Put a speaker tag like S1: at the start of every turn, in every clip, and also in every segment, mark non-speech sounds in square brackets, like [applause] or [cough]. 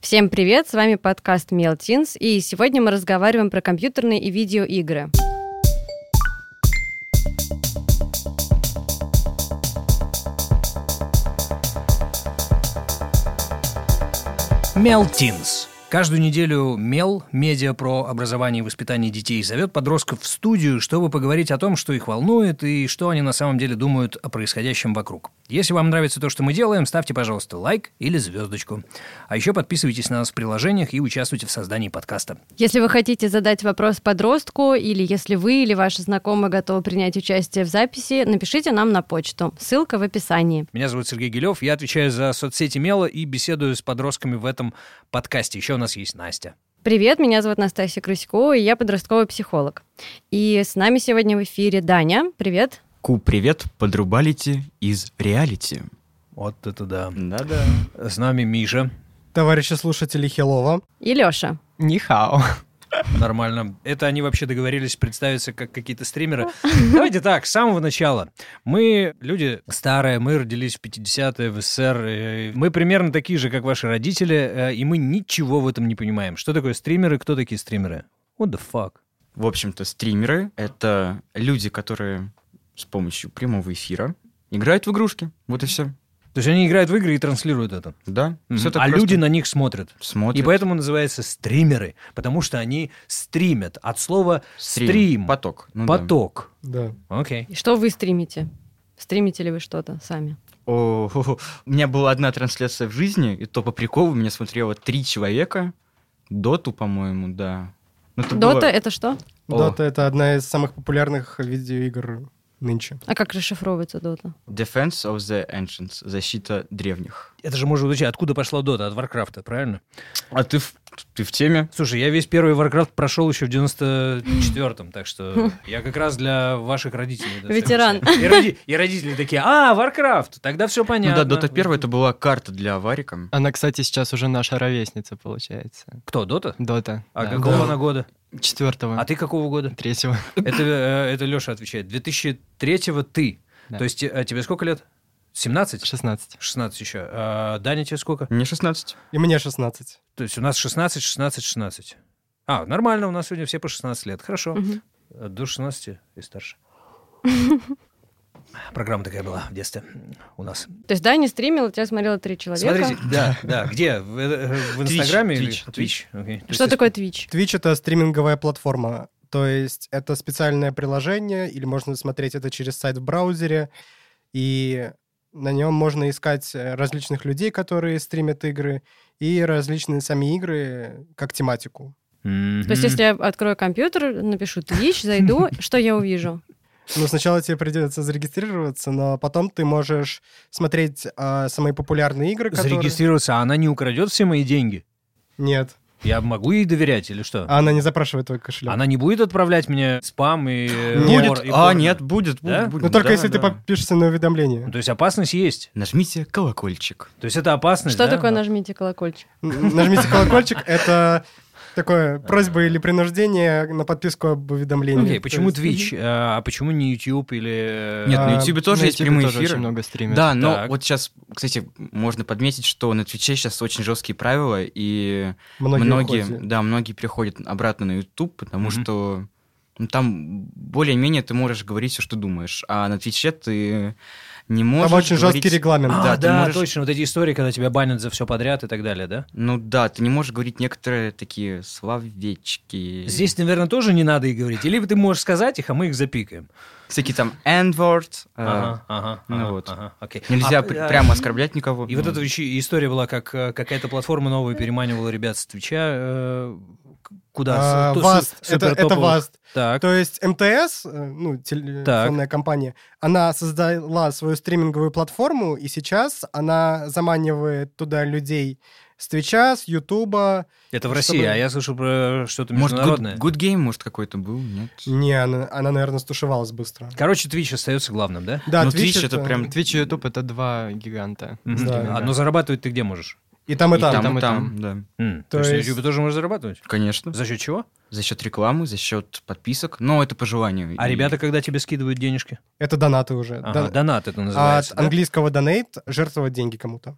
S1: Всем привет, с вами подкаст Мелтинс, и сегодня мы разговариваем про компьютерные и видеоигры.
S2: Мелтинс. Каждую неделю Мел, медиа про образование и воспитание детей, зовет подростков в студию, чтобы поговорить о том, что их волнует и что они на самом деле думают о происходящем вокруг. Если вам нравится то, что мы делаем, ставьте, пожалуйста, лайк или звездочку. А еще подписывайтесь на нас в приложениях и участвуйте в создании подкаста.
S1: Если вы хотите задать вопрос подростку, или если вы или ваши знакомые готовы принять участие в записи, напишите нам на почту. Ссылка в описании.
S2: Меня зовут Сергей Гелев, я отвечаю за соцсети Мела и беседую с подростками в этом подкасте. Еще у нас есть Настя.
S1: Привет, меня зовут Настасья Крысякова, и я подростковый психолог. И с нами сегодня в эфире Даня. Привет.
S3: Ку, привет, подрубалите из реалити.
S2: Вот это да.
S3: Да-да.
S2: С нами Миша.
S4: Товарищи слушатели Хилова.
S1: И Лёша.
S3: Нихао.
S2: Нормально. Это они вообще договорились представиться как какие-то стримеры. Давайте так, с самого начала. Мы люди старые, мы родились в 50-е, в СССР. э, Мы примерно такие же, как ваши родители, э, и мы ничего в этом не понимаем. Что такое стримеры, кто такие стримеры? What the fuck?
S3: В общем-то, стримеры — это люди, которые с помощью прямого эфира играют в игрушки. Вот и все.
S2: То есть они играют в игры и транслируют это.
S3: Да? Всё
S2: Мгм.
S3: так
S2: а
S3: просто.
S2: люди на них смотрят.
S3: смотрят.
S2: И поэтому называются стримеры, потому что они стримят от слова
S3: Стрим.
S2: стрим,
S3: Поток. Ну да.
S2: поток.
S4: Да.
S2: Окей.
S1: И Что вы стримите? Стримите ли вы что-то сами?
S3: О, хо-хо. У меня была одна трансляция в жизни, и то по приколу меня смотрело три человека. Доту, по-моему, да. Ну, это
S1: Дота —
S3: было-
S1: это что?
S3: О.
S4: Дота — это одна из самых популярных видеоигр нынче.
S1: А как расшифровывается Дота?
S3: Defense of the Ancients. Защита древних.
S2: Это же можно изучать. Откуда пошла дота? От Варкрафта, правильно?
S3: А ты в, ты в теме?
S2: Слушай, я весь первый Warcraft прошел еще в 94-м, так что я как раз для ваших родителей. да,
S1: Ветеран.
S2: встречаюсь. И, роди- и родители такие, а, Warcraft, тогда все
S3: Ну
S2: понятно.
S3: да, Дота 1 это была карта для Варика.
S5: Она, кстати, сейчас уже наша ровесница, получается.
S2: Кто, Дота?
S5: Дота.
S2: А
S5: Да.
S2: какого
S5: Да.
S2: она года?
S5: Четвертого.
S2: А ты какого года?
S5: Третьего.
S2: Это, э, это Леша отвечает. 2003-го ты.
S5: Да.
S2: То есть э, тебе сколько лет? 17?
S5: Шестнадцать.
S2: 16 еще. А, Даня, тебе сколько?
S3: Мне 16.
S4: И мне 16.
S2: То есть у нас 16, 16, 16. А, нормально, у нас сегодня все по 16 лет. Хорошо.
S1: Мгм.
S2: Э, До 16 и старше. Программа такая была в детстве у нас.
S1: То есть Даня стримил, тебя смотрело три человека.
S2: Смотрите, да, да, где? В, э, в Инстаграме? или-
S3: Twitch,
S2: окей. То есть
S1: Что
S2: это-
S1: такое Twitch?
S4: Twitch — это стриминговая платформа. То есть это специальное приложение, или можно смотреть это через сайт в браузере, и на нем можно искать э, различных людей, которые стримят игры, и различные сами игры как тематику.
S2: Мгм.
S1: То есть если я открою компьютер, напишу Twitch,
S2: [laughs]
S1: зайду, что я увижу?
S4: Ну, сначала тебе придется зарегистрироваться, но потом ты можешь смотреть а, самые популярные игры, которые...
S2: Зарегистрироваться, а она не украдет все мои деньги?
S4: Нет.
S2: Я могу ей доверять или что?
S4: А Она не запрашивает твой кошелек.
S2: Она не будет отправлять мне спам и... э,
S4: Нет.
S2: вор-
S3: Будет.
S2: и
S3: А,
S2: порно?
S3: нет, будет,
S2: Да?
S3: будет, будет.
S4: Ну, только
S3: Да,
S4: если ты
S3: да.
S4: подпишешься на уведомление.
S2: Ну, То есть опасность есть.
S3: Нажмите колокольчик.
S2: То есть это опасность,
S1: Что
S2: да?
S1: такое нажмите колокольчик?
S4: Н- Нажмите колокольчик, это такое просьба или принуждение на подписку об уведомлении.
S2: Окей,
S4: То
S2: почему
S4: есть-
S2: Twitch, э, а почему не YouTube или... э,
S3: Нет, на
S4: А,
S3: Ютубе тоже
S5: На
S3: есть
S5: Ютубе
S3: прямые
S5: тоже очень
S3: эфиры.
S5: много стримит.
S3: Да, но
S2: Так.
S3: вот сейчас, кстати, можно подметить, что на Твиче сейчас очень жесткие правила, и
S4: Многие,
S3: многие,
S4: уходят.
S3: да, многие переходят обратно на Ютуб, потому
S2: Мгм.
S3: что ну, там более-менее ты можешь говорить все, что думаешь, а на Твиче ты не можешь
S4: Там очень
S3: говорить...
S4: жесткий регламент.
S2: А,
S3: да,
S2: да,
S3: ты можешь-
S2: точно, вот эти истории, когда тебя банят за все подряд и так далее, да?
S3: Ну да, ты не можешь говорить некоторые такие словечки.
S2: Здесь, наверное, тоже не надо и говорить. Или ты можешь сказать их, а мы их запикаем.
S3: Всякие там N-word. э,
S2: Ага, ага,
S3: ну
S2: ага,
S3: вот.
S2: ага, окей.
S3: Нельзя
S2: А,
S3: пр-
S2: а,
S3: прямо оскорблять никого.
S2: И вот
S3: Ну,
S2: эта еще и история была, как э, какая-то платформа новая переманивала ребят с Твича э, к- куда?
S4: А,
S2: С- то-
S4: Vast,
S2: су-
S4: это, это
S2: супертоповых.
S4: Vast.
S2: Так.
S4: То есть МТС, э, ну, телефонная компания, она создала свою стриминговую платформу, и сейчас она заманивает туда людей с Твича, с Ютуба.
S2: Это в России,
S4: чтобы-
S2: а я слышу про что-то
S3: Может,
S2: международное.
S3: good, good Game, может, какой-то был, нет?
S4: Не, она, она, наверное, стушевалась быстро.
S2: Короче, Twitch остается главным, да?
S4: Да,
S3: Ну,
S4: Twitch
S3: Twitch это прям
S5: Twitch и YouTube — это два гиганта.
S2: Мгм.
S4: Да.
S2: А, Но зарабатывать ты где можешь?
S4: И там, и
S3: и
S4: там.
S3: там,
S5: там,
S3: и
S5: и
S3: там, да.
S2: М,
S4: То
S2: То, есть на
S4: есть-
S2: YouTube тоже можешь зарабатывать?
S3: Конечно.
S2: За счет чего?
S3: За счет рекламы, за счет подписок. Но это по желанию.
S2: А
S3: И-
S2: ребята, когда тебе скидывают денежки?
S4: Это донаты уже.
S2: Ага,
S4: Дон- а
S2: Донат это
S4: От
S2: называется. да?
S4: английского донейт жертвовать деньги кому-то.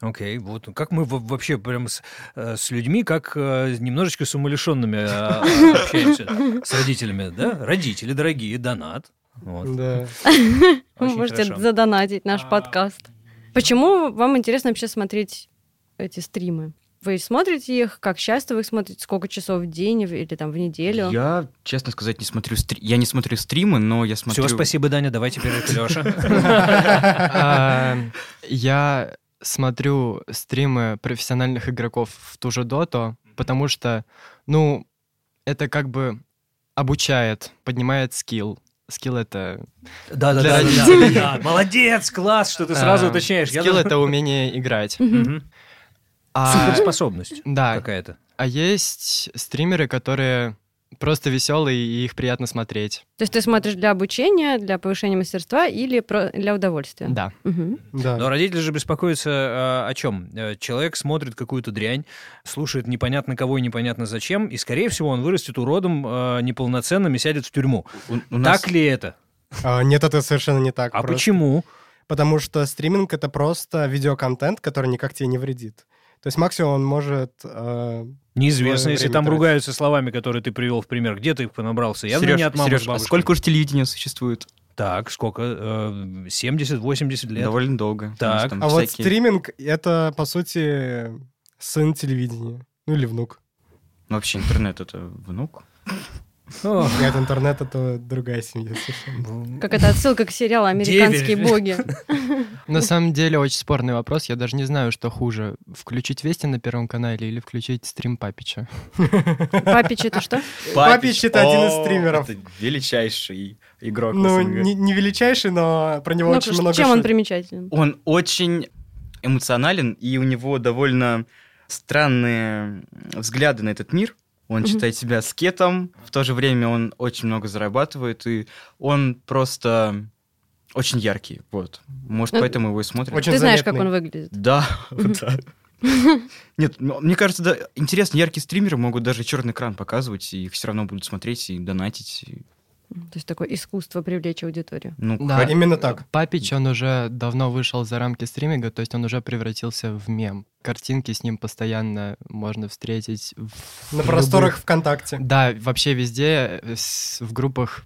S2: Окей, вот как мы во- вообще прям с, э, с людьми, как э, немножечко с
S1: [laughs]
S2: умалишенными э, общаемся, с родителями, да? Родители дорогие, донат. Вот.
S4: Да.
S1: Вы
S2: [laughs] Очень
S1: можете
S2: хорошо.
S1: задонатить наш
S2: А.
S1: подкаст. Почему вам интересно вообще смотреть эти стримы? Вы смотрите их? Как часто вы их смотрите? Сколько часов в день в- или там в неделю?
S3: Я, честно сказать, не смотрю стри- Я не смотрю стримы, но я смотрю...
S2: Все, спасибо, Даня, давай теперь это
S5: [laughs]
S2: Леша.
S5: [laughs] А, Я смотрю стримы профессиональных игроков в ту же доту, потому что, ну, это как бы обучает, поднимает скилл. Скилл это...
S2: Да, да, да,
S5: Для
S2: да,
S5: родителей.
S2: да, да. Молодец, класс, что ты сразу
S5: а,
S2: уточняешь. Я
S5: Скилл
S2: даже-
S5: это умение
S2: [laughs]
S5: играть.
S1: Мгм.
S2: Мгм.
S5: А,
S2: Суперспособность
S5: да,
S2: какая-то.
S5: а есть стримеры, которые просто веселые и их приятно смотреть.
S1: То есть ты смотришь для обучения, для повышения мастерства или про- для удовольствия?
S5: Да.
S1: Мгм.
S2: Но
S5: а.
S4: Да.
S2: родители же беспокоятся э, о чем? Э, Человек смотрит какую-то дрянь, слушает непонятно кого и непонятно зачем, и, скорее всего, он вырастет уродом э, неполноценным и сядет в тюрьму.
S3: У, у нас...
S2: Так ли это?
S4: А, Нет, это совершенно не так.
S2: А
S4: просто.
S2: почему?
S4: Потому что стриминг — это просто видеоконтент, который никак тебе не вредит. То есть максимум он может... э,
S2: Неизвестно,
S4: Время
S2: если там
S4: тратить.
S2: ругаются словами, которые ты привел в пример. Где ты их понабрался? Явно
S3: Серёж,
S2: не от мамы
S3: Серёж,
S2: с
S3: а
S2: бабушкой.
S3: сколько уж телевидения существует?
S2: Так, сколько? Э, 70-80 лет?
S3: Довольно долго. У нас
S2: Так.
S4: А вот
S3: всякие-
S4: стриминг — это, по сути, сын телевидения. Ну или внук.
S3: Ну, Вообще интернет — это внук.
S2: О,
S4: Нет, интернет — это другая семья совершенно.
S1: Как это отсылка к сериалу «Американские
S2: Деверь.
S1: боги».
S2: [laughs]
S5: На самом деле очень спорный вопрос. Я даже не знаю, что хуже. Включить Вести на Первом канале или включить стрим Папича.
S1: Папич это что?
S4: Папич это один из стримеров.
S3: это величайший игрок
S4: Ну,
S3: СНГ.
S4: не, не величайший, но про него
S1: Ну,
S4: очень много
S1: чем он
S4: шуток.
S1: примечателен?
S3: Он очень эмоционален, и у него довольно странные взгляды на этот мир. Он
S1: Мгм.
S3: считает себя скетом, в то же время он очень много зарабатывает, и он просто очень яркий, вот. Может,
S1: Ну,
S3: поэтому его и смотрят.
S4: Очень
S1: Ты знаешь, как
S4: заметный.
S1: он выглядит.
S3: Да, да. Нет, ну, мне кажется, да, интересно, яркие стримеры могут даже черный экран показывать, и их все равно будут смотреть и донатить. и-
S1: Ну, То есть такое искусство привлечь аудиторию.
S3: Ну,
S5: Да.
S3: хоть-
S4: Именно так.
S5: Папич, он уже давно вышел за рамки стриминга, то есть он уже превратился в мем. Картинки с ним постоянно можно встретить. в
S4: На
S5: любых-
S4: просторах ВКонтакте.
S5: Да, вообще везде, э, с- в группах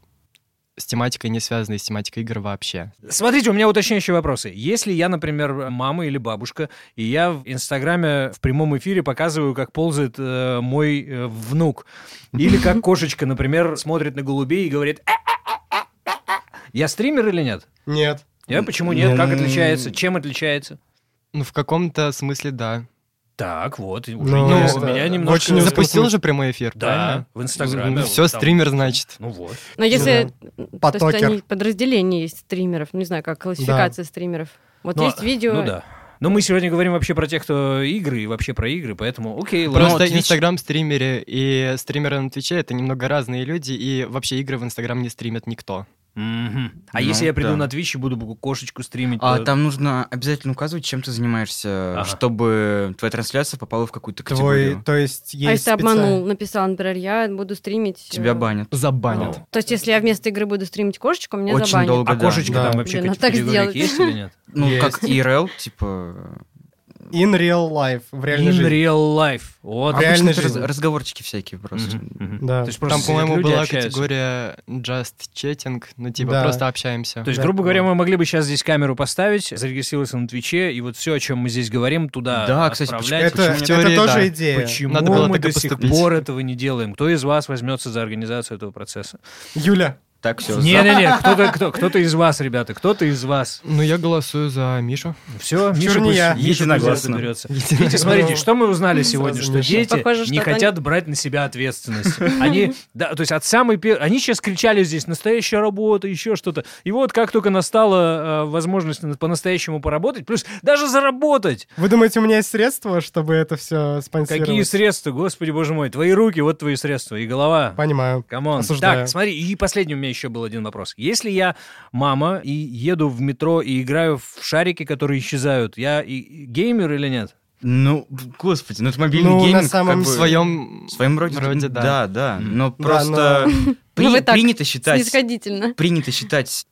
S5: с тематикой, не связанной с тематикой игр вообще.
S2: Смотрите, у меня уточняющие вопросы. Если я, например, мама или бабушка, и я в Инстаграме в прямом эфире показываю, как ползает э, мой э, внук, или как кошечка, например, смотрит на голубей и говорит... «Э, «А-а-а-а-а-а». э, Я стример или нет?
S4: Нет.
S2: Я почему нет? Как
S3: Ну,
S2: отличается? Чем отличается?
S5: Ну, в каком-то смысле, да.
S2: Так, вот, и уже
S4: Ну,
S2: интересно.
S4: да,
S2: меня
S4: да.
S2: немножко...
S4: Очень
S2: запу-
S4: запу-
S5: Запустил же прямой эфир,
S2: Да, в Инстаграме. вот
S5: Все,
S2: там.
S5: стример, значит.
S2: Ну вот.
S1: Но если... То есть
S4: Потокер.
S1: они подразделение есть стримеров. Ну, не знаю, как классификация стримеров. Вот
S2: Ну,
S1: есть видео... а
S2: Ну да. Но мы сегодня говорим вообще про тех, кто игры и вообще про игры, поэтому окей, ладно.
S5: Просто
S3: Twitch-
S5: инстаграм-стримеры и стримеры на Твиче это немного разные люди, и вообще игры в инстаграм не стримит никто.
S2: Мгм. А
S3: Ну,
S2: если я приду
S3: да.
S2: на Twitch и буду кошечку стримить?
S3: А
S2: то-
S3: там нужно обязательно указывать, чем ты занимаешься,
S2: Ага.
S3: чтобы твоя трансляция попала в какую-то категорию.
S4: Твой, то есть есть
S1: А если
S4: специаль-
S1: обманул, написал, например, я буду стримить...
S3: Тебя
S1: э,
S3: банят.
S5: Забанят.
S1: То есть, если я вместо игры буду стримить кошечку, меня
S3: Очень
S1: забанят. [laughs]
S3: долго.
S2: А
S3: да.
S2: кошечка
S4: Да.
S2: там вообще
S1: Блин, а
S2: категорик
S1: так сделать?
S2: есть или нет?
S3: Ну,
S4: Есть.
S3: как
S4: [laughs]
S3: IRL, типа...
S4: In real life, в
S2: In
S4: реальной жизни.
S2: real life. Вот.
S4: В
S3: обычно
S4: реальной
S3: это раз-
S4: жизни.
S3: разговорчики всякие просто.
S2: Мгм, мгм.
S4: Да.
S2: То есть просто
S5: Там, по-моему,
S2: люди
S5: была
S2: общаются.
S5: категория just chatting, ну типа
S4: Да.
S5: просто общаемся.
S2: То есть,
S4: Да.
S2: грубо говоря, мы могли бы сейчас здесь камеру поставить, зарегистрироваться на Твиче, и вот все, о чем мы здесь говорим, туда
S3: Да, кстати,
S2: отправлять.
S4: Это,
S5: в
S4: это
S5: теории,
S4: тоже
S5: да.
S4: идея.
S2: Почему
S5: Надо было
S2: мы
S5: так и
S2: до сих
S5: поступить.
S2: пор этого не делаем? Кто из вас возьмется за организацию этого процесса?
S4: Юля,
S3: Так, все.
S2: Не-не-не, кто-то кто, кто-то из вас, ребята, кто-то из вас.
S5: Ну, я голосую за Мишу.
S2: Все, Миша
S4: Чур не
S2: пусть-
S4: я.
S2: Миша пусть
S3: Единогласно.
S2: заберется. Видите, смотрите, что мы узнали сегодня,
S4: Сразу
S2: что
S4: Ну, Миша.
S2: дети
S1: Похоже,
S2: не
S1: что-то они-
S2: хотят брать на себя ответственность. Они, да, то есть от самой пер- они сейчас кричали здесь настоящая работа, еще что-то. И вот как только настала э, возможность на- по-настоящему поработать, плюс даже заработать.
S4: вы думаете, у меня есть средства, чтобы это все спонсировать?
S2: Какие средства, господи боже мой, твои руки, вот твои средства и голова.
S4: Понимаю.
S2: Камон.
S4: Осуждаю.
S2: Так, смотри, и последний у меня еще был один вопрос. Если я мама и еду в метро и играю в шарики, которые исчезают, я и- и геймер или нет?
S3: Ну, господи, ну это мобильный
S4: Ну, на
S3: гейминг. как
S4: самом
S3: бы,
S5: В своем...
S3: В своем роде,
S5: роде,
S3: да.
S5: да.
S3: Да,
S2: Мгм.
S3: Но
S4: Да,
S3: просто
S4: [laughs]
S3: при-
S1: Ну, вы так
S3: принято считать...
S1: Снисходительно.
S3: Принято считать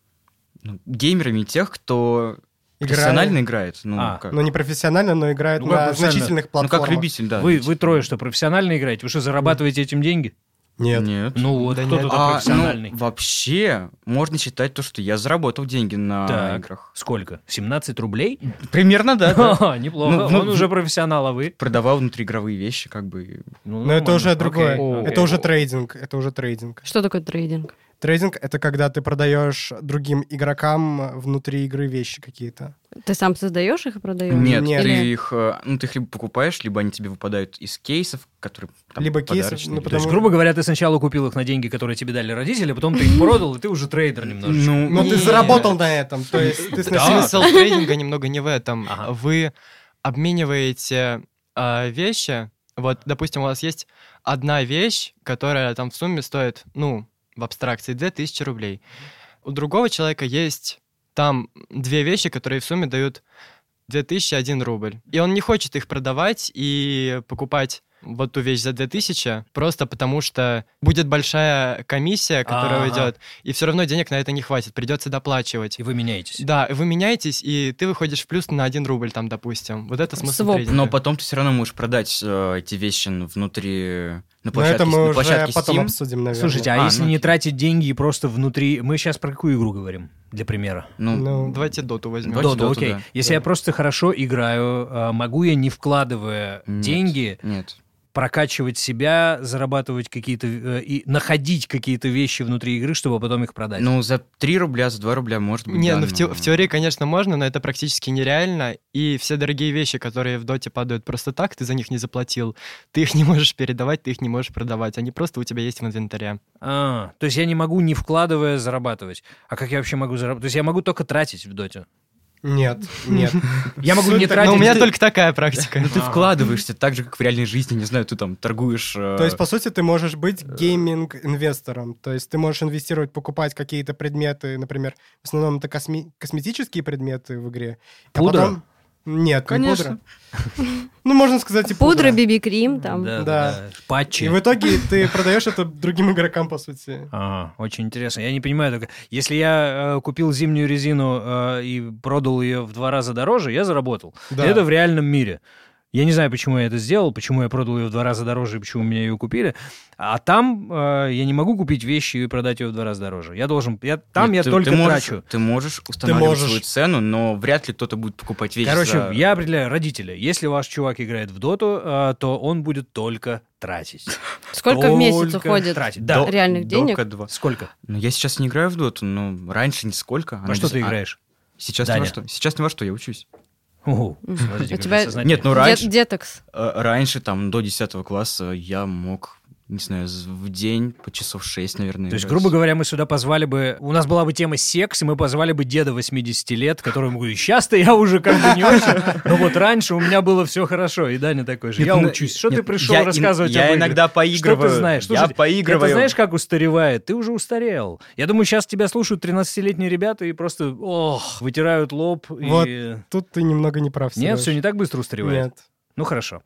S3: ну, геймерами тех, кто Профессионально играет, ну
S2: А.
S3: как.
S4: но не профессионально, но играет
S2: Ну, как
S4: на
S2: профессионально?
S4: значительных
S3: Ну
S4: платформах.
S3: как любитель, да.
S2: Вы, вы трое что, профессионально играете? Вы что, зарабатываете этим деньги?
S4: Нет.
S3: Нет.
S2: Ну вот,
S5: Да
S2: кто
S5: нет.
S2: тут
S3: А, ну,
S2: профессиональный?
S3: вообще, можно считать то, что я заработал деньги на
S2: Так.
S3: играх.
S2: Сколько? 17 рублей?
S3: Примерно,
S2: [laughs]
S3: да. да.
S2: О, неплохо.
S3: Ну, ну,
S2: Он уже профессионал, а вы? Ну,
S3: Продавал внутриигровые вещи, как бы.
S4: Но это уже другое.
S2: Окей,
S4: Это
S2: окей.
S4: уже трейдинг. Это уже трейдинг.
S1: Что такое трейдинг?
S4: Трейдинг — это когда ты продаешь другим игрокам внутри игры вещи какие-то.
S1: Ты сам создаешь их и продаешь?
S3: Нет,
S4: Нет.
S3: ты
S1: Или-
S3: их, э, ну ты их либо покупаешь, либо они тебе выпадают из кейсов, которые там
S4: Либо кейсов,
S3: подарочные,
S4: ну,
S3: либо-
S2: То есть,
S4: Потому-
S2: грубо говоря, ты сначала купил их на деньги, которые тебе дали родители, потом ты их продал, и ты уже трейдер немножечко.
S3: Ну,
S4: Но ты
S3: не-
S4: заработал на этом. То есть ты
S2: Да.
S4: сначала...
S5: Смысл трейдинга немного не в этом.
S2: Ага.
S5: Вы обмениваете а, вещи. Вот, допустим, у вас есть одна вещь, которая там в сумме стоит, ну, в абстракции 2000 рублей. У другого человека есть там две вещи, которые в сумме дают 2001 рубль. И он не хочет их продавать и покупать вот ту вещь за 2000, просто потому что будет большая комиссия, которая
S2: Ага.
S5: уйдет, и все равно денег на это не хватит, придется доплачивать.
S2: И вы меняетесь.
S5: Да, вы меняетесь, и ты выходишь в плюс на 1 рубль там, допустим. Вот это смысл
S1: Своп.
S5: трейдинга.
S3: Но потом ты все равно можешь продать э, эти вещи внутри на
S4: Но это
S3: площадке,
S4: мы
S3: на
S4: уже
S3: площадке
S4: потом
S3: Steam.
S4: обсудим, наверное.
S2: Слушайте, а,
S3: А,
S2: если
S3: ну
S2: не
S3: окей.
S2: тратить деньги и просто внутри... Мы сейчас про какую игру говорим, для примера?
S3: Ну,
S4: Ну,
S5: Давайте доту возьмем.
S3: Давайте
S2: Доту,
S3: Доту,
S2: окей.
S3: да.
S2: Если
S5: Да.
S2: я просто хорошо играю, а, могу я, не вкладывая
S3: Нет.
S2: деньги,
S3: нет.
S2: прокачивать себя, зарабатывать какие-то... э, и находить какие-то вещи внутри игры, чтобы потом их продать?
S3: Ну, за 3 рубля, за 2 рубля, может быть,
S5: Не,
S3: да,
S5: ну в, те- в теории, конечно, можно, но это практически нереально. И все дорогие вещи, которые в доте падают просто так, ты за них не заплатил. Ты их не можешь передавать, ты их не можешь продавать. Они просто у тебя есть в инвентаре.
S2: А, то есть я не могу, не вкладывая, зарабатывать. А как я вообще могу зарабатывать? То есть я могу только тратить в доте.
S4: Нет, нет.
S2: Я могу
S4: Суть
S2: не
S4: так-
S2: тратить...
S5: Но у меня
S2: ты-
S5: только такая практика.
S3: Ну, ты
S2: Ага.
S3: вкладываешься так же, как в реальной жизни, не знаю, ты там торгуешь...
S4: То есть, по сути, ты можешь быть гейминг-инвестором. То есть ты можешь инвестировать, покупать какие-то предметы, например, в основном это косми- косметические предметы в игре. А
S2: Пудра?
S4: потом- Нет,
S3: Конечно.
S4: не пудра. [laughs] Ну, можно сказать и
S1: Пудра,
S4: пудра.
S1: биби-крим там.
S2: Да, да,
S4: Да.
S2: да. Патчи.
S4: И в итоге ты продаешь это другим игрокам, по сути.
S2: Ага, очень интересно. Я не понимаю только... Если я э, купил зимнюю резину э, и продал ее в два раза дороже, я заработал.
S4: Да.
S2: Это в реальном мире. Я не знаю, почему я это сделал, почему я продал ее в два раза дороже и почему меня ее купили. А там э, я не могу купить вещи и продать ее в два раза дороже. Я должен... Я, там я
S3: ты,
S2: только
S3: ты можешь,
S2: трачу.
S3: Ты можешь устанавливать
S4: можешь.
S3: свою цену, но вряд ли кто-то будет покупать вещи
S2: Короче,
S3: за-
S2: я определяю родителя. Если ваш чувак играет в доту, э, то он будет только
S3: [laughs]
S2: тратить.
S1: Сколько в месяц
S2: Только
S1: уходит?
S2: Тратить. Да.
S3: До-
S1: реальных денег.
S3: дока два.
S2: Сколько?
S3: Ну, я сейчас не играю в доту, но раньше нисколько.
S2: Во
S3: Она
S2: что
S3: без-
S2: ты
S3: а,
S2: играешь?
S3: Сейчас ни
S2: Даня.
S3: во что. Сейчас ни во что, я учусь. [laughs]
S2: О,
S1: Мгм.
S2: смотрите,
S1: У
S2: как
S1: тебя-
S2: сознательно.
S3: Нет, ну,
S1: Дет-
S3: раньше-
S1: детокс.
S3: Э, Раньше, там, до 10 класса я мог, не знаю, з- в день по часов 6, наверное.
S2: То есть,
S3: играть.
S2: грубо говоря, мы сюда позвали бы... У нас была бы тема секс, и мы позвали бы деда 80 лет, который говорит, сейчас-то я уже как бы не очень, но вот раньше у меня было все хорошо, и Даня такой же.
S3: Нет,
S2: Я
S3: ну,
S2: учусь. Что
S3: нет,
S2: ты пришел
S3: я ин-
S2: рассказывать
S3: Я
S2: об играх?
S3: иногда поигрываю.
S2: Что ты знаешь?
S3: Я
S2: Слушайте,
S3: поигрываю.
S2: Это знаешь, как устаревает? Ты уже устарел. Я думаю, сейчас тебя слушают 13-летние ребята и просто, ох, вытирают лоб. и-
S4: Вот. Тут ты немного не прав.
S2: Нет,
S4: Серёж.
S2: все не так быстро устаревает.
S4: Нет.
S2: Ну хорошо.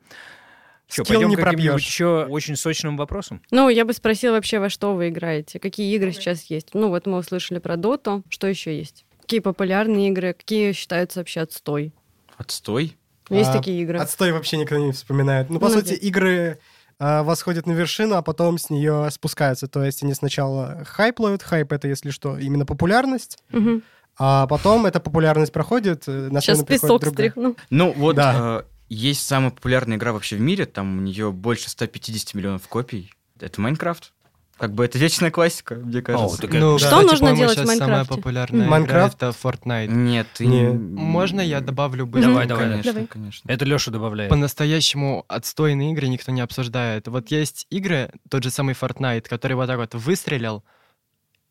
S2: Чё,
S4: Скилл
S2: пойдём
S4: не
S2: к каким-нибудь
S4: пробьёшь.
S2: еще очень сочным вопросом?
S1: Ну, я бы спросила вообще, во что вы играете, какие игры сейчас есть. Ну, вот мы услышали про доту, что еще есть? Какие популярные игры, какие считаются вообще отстой?
S3: Отстой.
S1: Есть
S4: А,
S1: такие игры.
S4: Отстой вообще никто не вспоминает. Ну, по
S1: Ну,
S4: сути,
S1: да.
S4: игры а, восходят на вершину, а потом с нее спускаются. То есть они сначала хайп ловят. Хайп — это, если что, именно популярность.
S1: Мгм.
S4: А потом эта популярность проходит. э, На
S1: Сейчас
S4: смену приходит
S1: песок
S4: другая.
S1: стряхну.
S3: Ну, вот
S4: Да.
S3: э, есть самая популярная игра вообще в мире, там у нее больше 150 миллионов копий. Это Майнкрафт. Как бы это вечная классика, мне кажется.
S2: так
S5: Ну,
S1: Что
S5: кстати,
S1: нужно
S5: по-моему,
S1: делать в
S5: сейчас самая
S1: Майнкрафте?
S5: популярная игра —
S4: Майнкрафт?
S5: это Fortnite.
S3: Нет, ты
S4: Не.
S3: не-
S5: Можно я добавлю бы?
S1: Давай,
S2: давай,
S3: конечно,
S1: давай.
S3: конечно.
S2: Это Леша добавляет.
S5: По-настоящему отстойные игры никто не обсуждает. Вот есть игры, тот же самый Fortnite, который вот так вот выстрелил,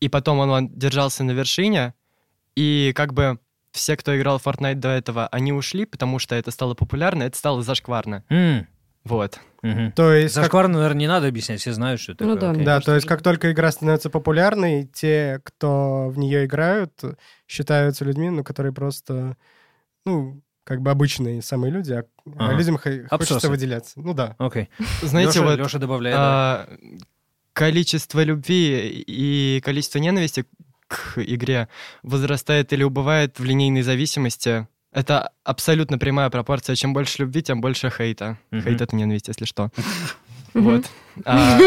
S5: и потом он, он держался на вершине, и как бы все, кто играл в Fortnite до этого, они ушли, потому что это стало популярно, это стало зашкварно.
S2: М,
S5: Вот.
S2: мгм.
S4: То есть, как-
S2: Зашкварно, наверное, не надо объяснять, все знают, что это
S1: Ну
S2: такое.
S1: да.
S2: окей.
S4: да,
S1: Может,
S4: то есть
S1: и-
S4: как только игра становится популярной, те, кто в нее играют, считаются людьми, ну, которые просто, ну, как бы обычные самые люди, а а
S2: Ага.
S4: людям хо-
S2: Абсосы.
S4: хочется выделяться. Ну да.
S2: Окей.
S5: Знаете,
S2: Лёша,
S5: вот
S2: Лёша добавляет. да.
S5: а, количество любви и количество ненависти к игре возрастает или убывает в линейной зависимости Это абсолютно прямая пропорция. Чем больше любви, тем больше хейта.
S2: Мгм.
S5: Хейт — это ненависть, если что.
S1: Мгм.
S5: Вот.
S1: [laughs]
S5: А,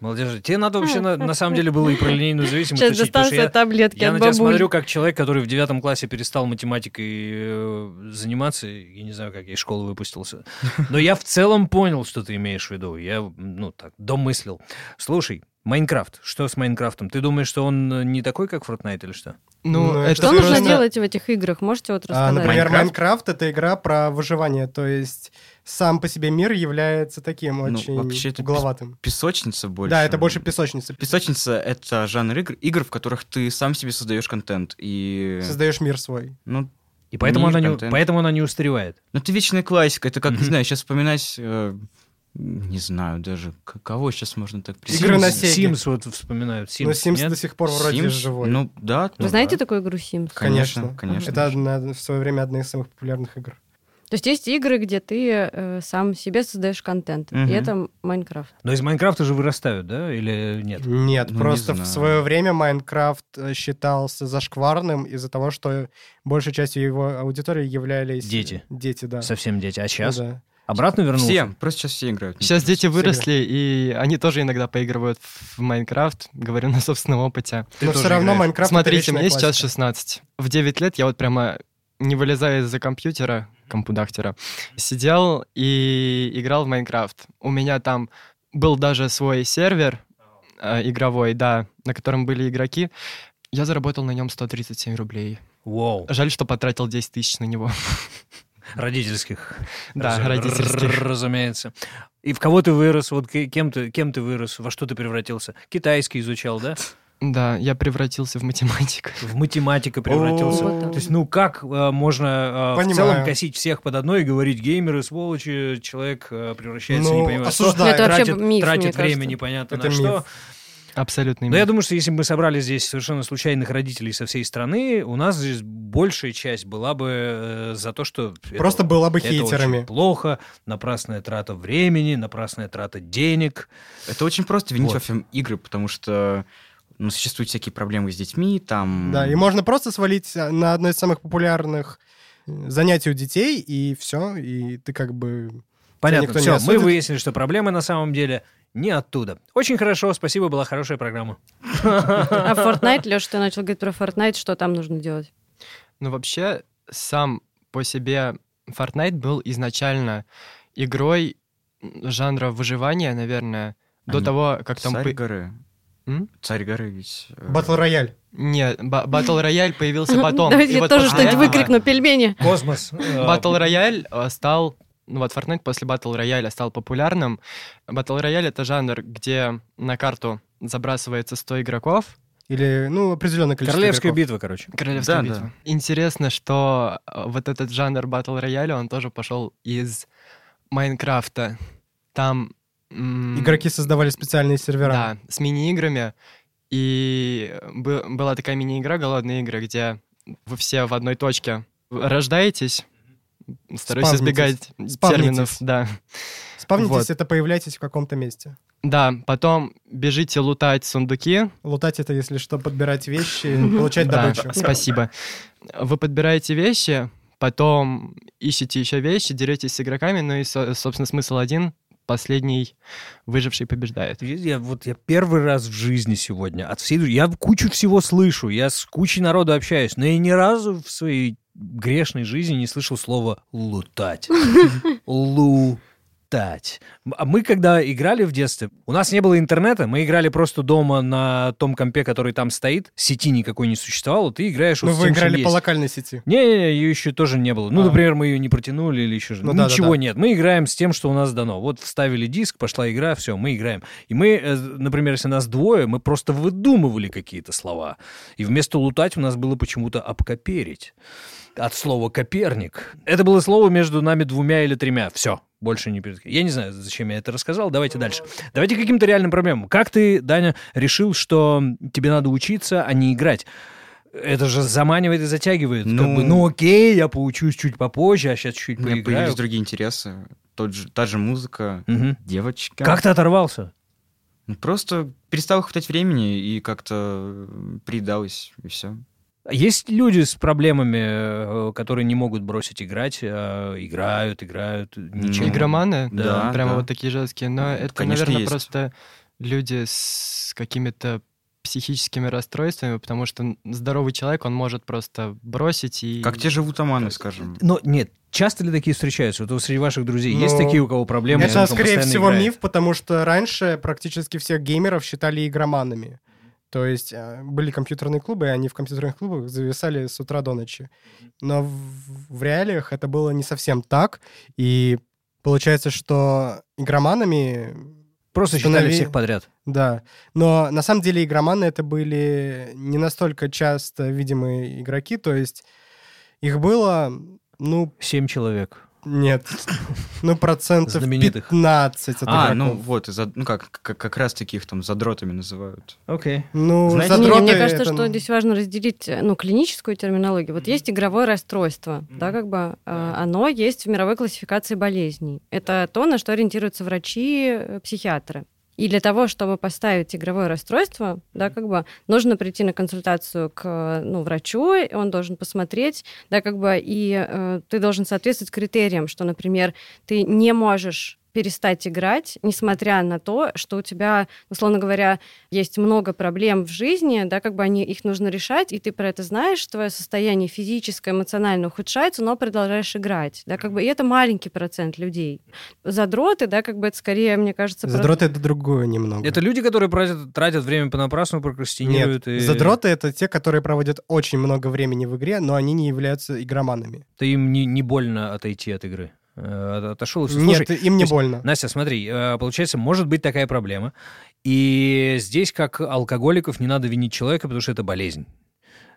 S2: Молодежи, тебе надо вообще на, на самом деле было и про линейную зависимость
S1: Сейчас
S2: учить, потому
S1: достанутся
S2: что я,
S1: таблетки
S2: я
S1: от
S2: на тебя
S1: бабуль.
S2: смотрю как человек, который в девятом классе перестал математикой э, заниматься, и не знаю, как я из школы выпустился. Но я в целом понял, что ты имеешь в виду. Я, ну, так, домыслил. Слушай, Майнкрафт. Что с Майнкрафтом? Ты думаешь, что он э, не такой, как Fortnite или что?
S5: Ну,
S4: Ну,
S5: это
S1: Что нужно
S5: просто-
S1: делать в этих играх? Можете вот
S4: А,
S1: рассказать?
S4: например,
S3: Майнкрафт?
S4: Майнкрафт это игра про выживание, то есть сам по себе мир является таким
S3: Ну,
S4: очень
S3: вообще это пис-
S4: угловатым.
S3: Песочница больше.
S4: Да, это больше песочница.
S3: Песочница — это жанр игр, игр, в которых ты сам себе создаешь контент. И,
S4: Создаешь мир свой.
S3: ну,
S2: И поэтому,
S3: Мир,
S2: она не,
S3: контент.
S2: поэтому она не устаревает.
S3: ну, это вечная классика. Это как,
S2: Мгм.
S3: не знаю, сейчас вспоминать... э, не знаю даже, к- кого сейчас можно так
S4: Игры на Сеге.
S2: Sims вот вспоминают. Sims,
S4: Но Sims
S2: нет?
S4: до сих пор вроде
S3: Sims?
S4: живой.
S3: Ну, да.
S1: Вы
S3: ну
S1: знаете
S3: да.
S1: такую игру Sims?
S3: Конечно, конечно.
S4: Это одна- в свое время одна из самых популярных игр.
S1: То есть есть игры, где ты э, сам себе создаешь контент. И
S3: Мгм.
S1: это Майнкрафт.
S2: Но из Майнкрафта же вырастают, да? Или нет?
S4: Нет,
S3: Ну, не
S4: просто в
S3: знаю.
S4: свое время Майнкрафт э, считался зашкварным из-за того, что большей частью его аудитории являлись...
S2: Дети.
S4: Дети, да.
S2: Совсем дети. А
S4: Ну
S2: сейчас?
S4: да.
S2: Обратно вернулся?
S3: Все, просто сейчас все играют.
S5: Сейчас дети
S4: игры.
S5: выросли, и они тоже иногда поигрывают в Майнкрафт, говорю на собственном опыте.
S2: Ты
S4: Но
S2: тоже
S4: все равно
S2: играешь.
S4: Майнкрафт... это
S5: Смотрите,
S4: вечная
S5: мне сейчас
S4: классика.
S5: 16. В 9 лет я вот прямо, не вылезая из-за компьютера, компудактера, сидел и играл в Майнкрафт. У меня там был даже свой сервер э, игровой, да, на котором были игроки. Я заработал на нем 137 рублей.
S2: Вау.
S5: Жаль, что потратил 10 тысяч на него. [laughs]
S2: Родительских.
S5: Да,
S2: Раз-
S5: родительских.
S2: р- [laughs] Разумеется. И в кого ты вырос? Вот ке- кем ты, кем ты вырос? Во что ты превратился? Китайский изучал,
S4: [laughs]
S2: да?
S5: Да, я превратился в математика.
S2: В математика превратился.
S1: О.
S2: То есть, ну как э, можно э, в
S4: Понимаю.
S2: целом косить всех под одной и говорить, геймеры, сволочи, человек э, превращается,
S4: Ну,
S2: не понимаю, что,
S4: осуждаю.
S1: Это вообще
S2: тратит,
S1: миф,
S2: тратит
S1: мне
S2: время
S1: кажется.
S2: непонятно
S4: Это
S2: на что.
S4: миф.
S5: Абсолютно.
S2: Но я думаю, что если бы мы собрали здесь совершенно случайных родителей со всей страны, у нас здесь большая часть была бы э, за то, что... это-
S4: Просто была бы
S2: это
S4: хейтерами.
S2: очень плохо, напрасная трата времени, напрасная трата денег.
S3: Это очень просто винить
S2: Вот.
S3: во всем игры, потому что ну, существуют всякие проблемы с детьми, там...
S4: Да, и можно просто свалить а, на одно из самых популярных э, занятий у детей, и все, и ты как бы...
S2: Понятно,
S4: никто не
S2: все, мы
S4: осудит.
S2: выяснили, что проблемы на самом деле не оттуда. Очень хорошо, спасибо, была хорошая программа.
S1: А Fortnite, Леша, ты начал говорить про Fortnite, что там нужно делать?
S5: Ну, вообще, сам по себе Fortnite был изначально игрой жанра выживания, наверное, до
S3: Они-
S5: того, как там...
S3: Царь
S5: по-
S3: горы.
S5: М?
S3: Царь горы ведь... э,
S4: Батл рояль.
S5: Нет, ба- Battle Royale появился потом.
S1: Давайте
S5: И
S1: я
S5: вот
S1: тоже
S5: после
S1: что-нибудь
S5: этого
S1: выкрикну. Пельмени.
S2: Космос. э,
S5: Battle Royale э, стал... Ну вот Fortnite после Battle Royale стал популярным. Battle Royale — это жанр, где на карту забрасывается 100 игроков,
S4: Или, ну, определенное количество
S2: Королевская
S4: игроков.
S2: битва, короче.
S5: Королевская
S3: Да,
S5: битва.
S3: да.
S5: Интересно, что э, вот этот жанр батл рояля, он тоже пошел из Майнкрафта. Там м,
S4: Игроки создавали специальные сервера.
S5: да, с мини-играми. И э, бы- была такая мини-игра «Голодные игры», где вы все в одной точке рождаетесь. Стараюсь
S4: Спавнитесь.
S5: избегать терминов.
S4: Спавнитесь.
S5: Да.
S4: Спавнитесь,
S5: Вот.
S4: это появляйтесь в каком-то месте.
S5: да, потом бежите лутать сундуки.
S4: Лутать это, если что, подбирать вещи,
S5: [laughs]
S4: получать
S5: Да,
S4: добычу.
S5: спасибо. Вы подбираете вещи, потом ищете еще вещи, деретесь с игроками, ну и, со- собственно, смысл один — последний выживший побеждает.
S2: Я- Я, вот я первый раз в жизни сегодня от всей души- я кучу всего слышу, я с кучей народу общаюсь, но я ни разу в своей грешной жизни не слышал слова лутать. Лутать. М- А мы когда играли в детстве, у нас не было интернета, мы играли просто дома на том компе, который там стоит, сети никакой не существовало, ты играешь
S4: Ну,
S2: вот с
S4: вы
S2: тем, чем
S4: играли по
S2: есть.
S4: локальной сети.
S2: Не-не-не, ее еще тоже не было. Ну,
S4: А.
S2: например, мы ее не протянули или еще
S4: Ну
S2: что-то.
S4: да, да,
S2: Ничего
S4: да.
S2: нет. Мы играем с тем, что у нас дано. Вот вставили диск, пошла игра, все, мы играем. И мы, э, например, если нас двое, мы просто выдумывали какие-то слова. И вместо лутать у нас было почему-то обкоперить. От слова коперник. Это было слово между нами двумя или тремя. Все. Больше не перед... Я не знаю, зачем я это рассказал. Давайте дальше. Давайте к каким-то реальным проблемам. Как ты, Даня, решил, что тебе надо учиться, а не играть? Это же заманивает и затягивает. Ну, как
S3: Ну.
S2: бы, ну окей, я поучусь чуть попозже, а сейчас чуть
S3: У меня
S2: поиграю.
S3: появились другие интересы. Тот же, та же музыка,
S2: Мгм.
S3: девочка.
S2: Как ты оторвался?
S3: Ну, Просто перестал хватать времени и как-то э, приедалось, и все.
S2: Есть люди с проблемами, э, которые не могут бросить играть, а играют, играют, ничего.
S5: Игроманы?
S3: Да,
S5: Прямо
S3: да.
S5: вот такие жесткие. Но это,
S3: конечно,
S5: наверное,
S3: есть.
S5: просто люди с какими-то психическими расстройствами, потому что н- здоровый человек, он может просто бросить и...
S3: Как те же вутаманы, скажем.
S2: Но Ну, нет, часто ли такие встречаются? Вот среди ваших друзей
S4: Ну,
S2: есть такие, у кого проблемы? и
S4: Это,
S2: он
S4: скорее
S2: постоянно
S4: всего,
S2: играет?
S4: миф, потому что раньше практически всех геймеров считали игроманами. То есть э, были компьютерные клубы, и они в компьютерных клубах зависали с утра до ночи. Но в, в реалиях это было не совсем так. И получается, что игроманами...
S2: Просто считали
S4: Установи-
S2: всех подряд.
S4: Да, но на самом деле игроманы это были не настолько часто видимые игроки, то есть их было, ну,
S2: Семь человек.
S4: нет, [laughs] ну, процентов
S2: Знаменитых.
S4: 15 от
S3: А,
S4: игроков.
S3: ну вот, и за- ну как, как, как раз таких там задротами называют.
S2: Окей.
S4: Ну,
S3: Знаете,
S4: задроты
S1: Не, мне кажется,
S4: это,
S1: что здесь важно разделить э, ну, клиническую терминологию. Вот есть игровое расстройство, да, как бы э, оно есть в мировой классификации болезней. Это то, на что ориентируются врачи, э, психиатры. И для того, чтобы поставить игровое расстройство, да, как бы нужно прийти на консультацию к э, ну, врачу, и он должен посмотреть, да, как бы, и э, ты должен соответствовать критериям, что, например, ты не можешь перестать играть, несмотря на то, что у тебя, условно говоря, есть много проблем в жизни, да, как бы они, их нужно решать, и ты про это знаешь, твое состояние физическое, эмоционально ухудшается, но продолжаешь играть, да, как бы, и это маленький процент людей. Задроты, да, как бы это скорее, мне кажется, про-
S4: Задроты это другое немного.
S2: Это люди, которые тратят, тратят время понапрасну,
S4: нет,
S2: прокрастинируют. и
S4: задроты это те, которые проводят очень много времени в игре, но они не являются игроманами.
S2: Ты им не, не больно отойти от игры. Э, от- Отошел и все.
S4: Нет, им
S2: то
S4: не
S2: есть-
S4: больно.
S2: Настя, смотри, э, получается, может быть такая проблема. И здесь, как алкоголиков, не надо винить человека, потому что это болезнь.